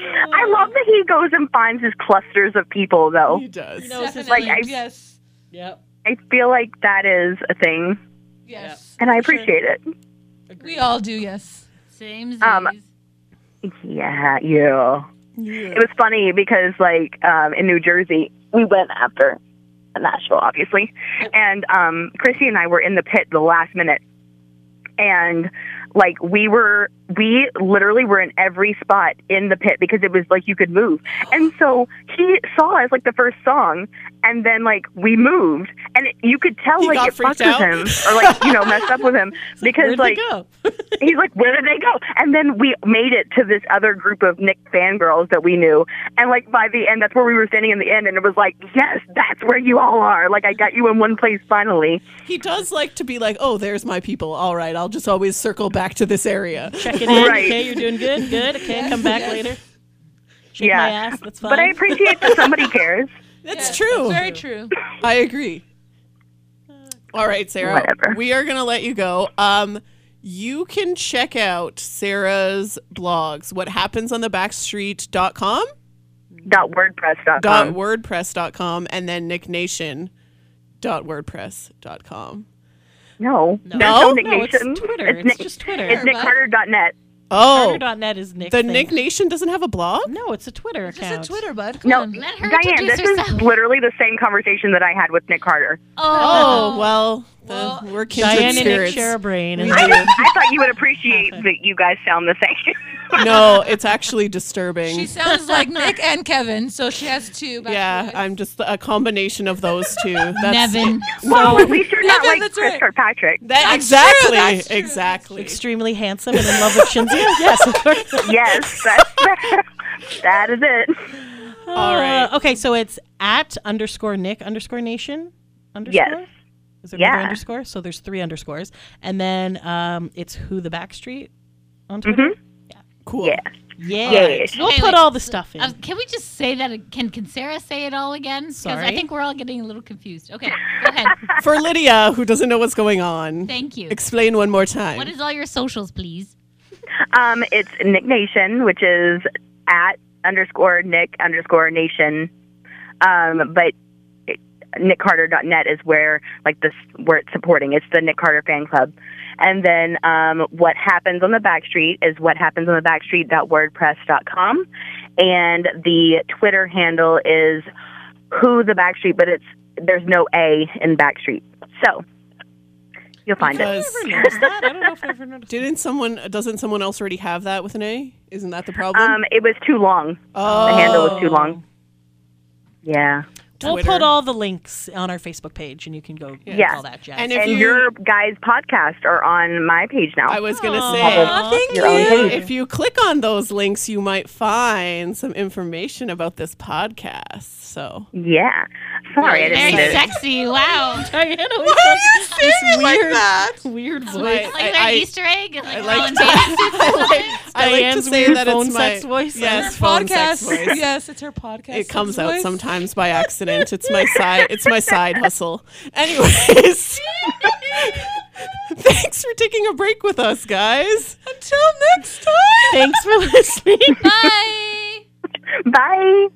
S5: I love that he goes and finds his clusters of people, though.
S1: He does.
S5: like, I-
S3: yes.
S2: Yep.
S5: I feel like that is a thing,
S3: Yes.
S5: and I appreciate it.
S3: We all do, yes.
S4: Same
S5: Um, Yeah, yeah. It was funny because, like, um, in New Jersey, we went after Nashville, obviously, and um, Chrissy and I were in the pit the last minute, and like we were, we literally were in every spot in the pit because it was like you could move, and so he saw us like the first song, and then like we moved, and it, you could tell
S1: He
S5: like
S1: got
S5: it fucked
S1: freaked out.
S5: with him or like you know messed up with him because
S2: Where'd they
S5: like
S2: go?
S5: he's like, where did they go? And then we made it to this other group of Nick fangirls that we knew. And like by the end, that's where we were standing in the end. And it was like, yes, that's where you all are. Like I got you in one place finally.
S1: He does like to be like, oh, there's my people. All right, I'll just always circle back to this area.
S2: Check it in.
S5: Right.
S2: Okay, you're doing good. Good. Okay, come back later. Shake
S5: Yeah.
S2: my ass. That's fine.
S5: But I appreciate that somebody cares.
S1: That's
S3: Yes,
S1: true.
S3: Very true.
S1: I agree. All right, Sarah.
S5: Whatever.
S1: We are going to let you go. Um, you can check out Sarah's blogs, what happens on the backstreet.com,
S5: Dot WordPress.com.
S1: dot wordpress.com, and then nicknation dot wordpress.com.
S5: no.
S1: No,
S5: No, no, Nick
S2: no, it's
S5: Nation.
S2: Twitter. It's just Twitter.
S5: It's NickCarter.net.
S1: Oh,
S2: Carter.net is Nick.
S1: the
S2: thing.
S1: Nick Nation doesn't have a blog?
S2: No, it's a Twitter
S3: Just
S2: account.
S3: a Twitter, bud. Come
S5: No,
S3: on.
S4: Let her
S5: Diane,
S4: introduce
S5: this is
S4: herself.
S5: literally the same conversation that I had with Nick Carter.
S1: Oh, well, then we're kindred
S2: Diane and Nick
S1: spirits.
S2: share a brain. And
S5: I, just, I thought you would appreciate that you guys sound the same.
S1: no, it's actually disturbing.
S3: She sounds like Nick and Kevin, so she has two. Back
S1: yeah, I'm just a combination of those two. That's
S4: Nevin.
S5: well, at least you're not
S3: Yeah,
S5: like
S3: that's
S5: Chris
S3: right.
S5: or Patrick.
S1: That exactly,
S3: true, that's true, that's
S1: exactly.
S2: extremely handsome and in love with Shinzia. yes, of course.
S5: yes, that's, that is it.
S1: All right.
S2: Uh, okay, so it's at underscore Nick underscore Nation underscore.
S5: Yes.
S2: Is Is there another
S5: Yeah.
S2: underscore? So there's three underscores, and then um, it's who the Backstreet on Twitter.
S1: Cool.
S5: Mm-hmm. Yeah.
S2: Yeah,
S5: Yes.
S2: we'll
S4: Okay,
S2: put
S4: wait.
S2: all the stuff in.
S4: Uh, can we just say that? ag- Can Kinsera say it all again? Because I
S2: Sorry.
S4: think we're all getting a little confused. Okay, go ahead.
S1: For Lydia, who doesn't know what's going on,
S4: Thank you.
S1: explain one more time.
S4: What is all your socials, please?
S5: Um, it's Nick Nation, which is at underscore Nick underscore Nation. Um, but it- nickcarter.net is where like this where it's supporting. It's the Nick Carter fan club. And then um, what happens on the backstreet is what happens on the backstreet.wordpress.com. And the Twitter handle is who the backstreet, but it's there's no A in backstreet. So you'll find it.
S1: because
S2: I never noticed that. I don't know if I ever noticed.
S1: didn't someone doesn't someone else already have that with an A? Isn't that the problem?
S5: Um, it was too long.
S1: Mm-hmm. oh,
S5: The handle was too long. Yeah.
S2: We'll
S1: Twitter.
S2: put all the links on our Facebook page, and you can go yeah.
S5: Yeah.
S2: all that jazz.
S1: And if
S5: And
S1: you,
S5: your guys' podcast are on my page now.
S1: I was gonna say.
S2: Aw, thank
S5: Your own
S2: you.
S5: page.
S1: If you click on those links, you might find some information about this podcast. So
S5: yeah. Sorry,
S4: Very
S5: I didn't mean to.
S4: sexy. Wow.
S2: Diana, why are you saying it like that? Weird
S1: I,
S2: voice.
S4: Like
S1: I-
S4: that Easter egg. Like,
S1: I
S4: we're
S1: like
S4: all in
S1: to-
S4: bathing suits or something?
S1: I like to
S2: Diane's
S1: say
S2: weird
S1: that it's
S2: phone
S1: my
S2: sex voice.
S1: Yes,
S3: Her
S1: phone sex
S3: podcast.
S1: voice.
S3: yes, it's her podcast.
S1: It comes
S3: sex
S1: out
S3: voice.
S1: sometimes by accident. It's my side. It's my side hustle. Anyways, thanks for taking a break with us, guys.
S3: Until next time.
S2: Thanks for listening.
S4: Bye.
S5: Bye.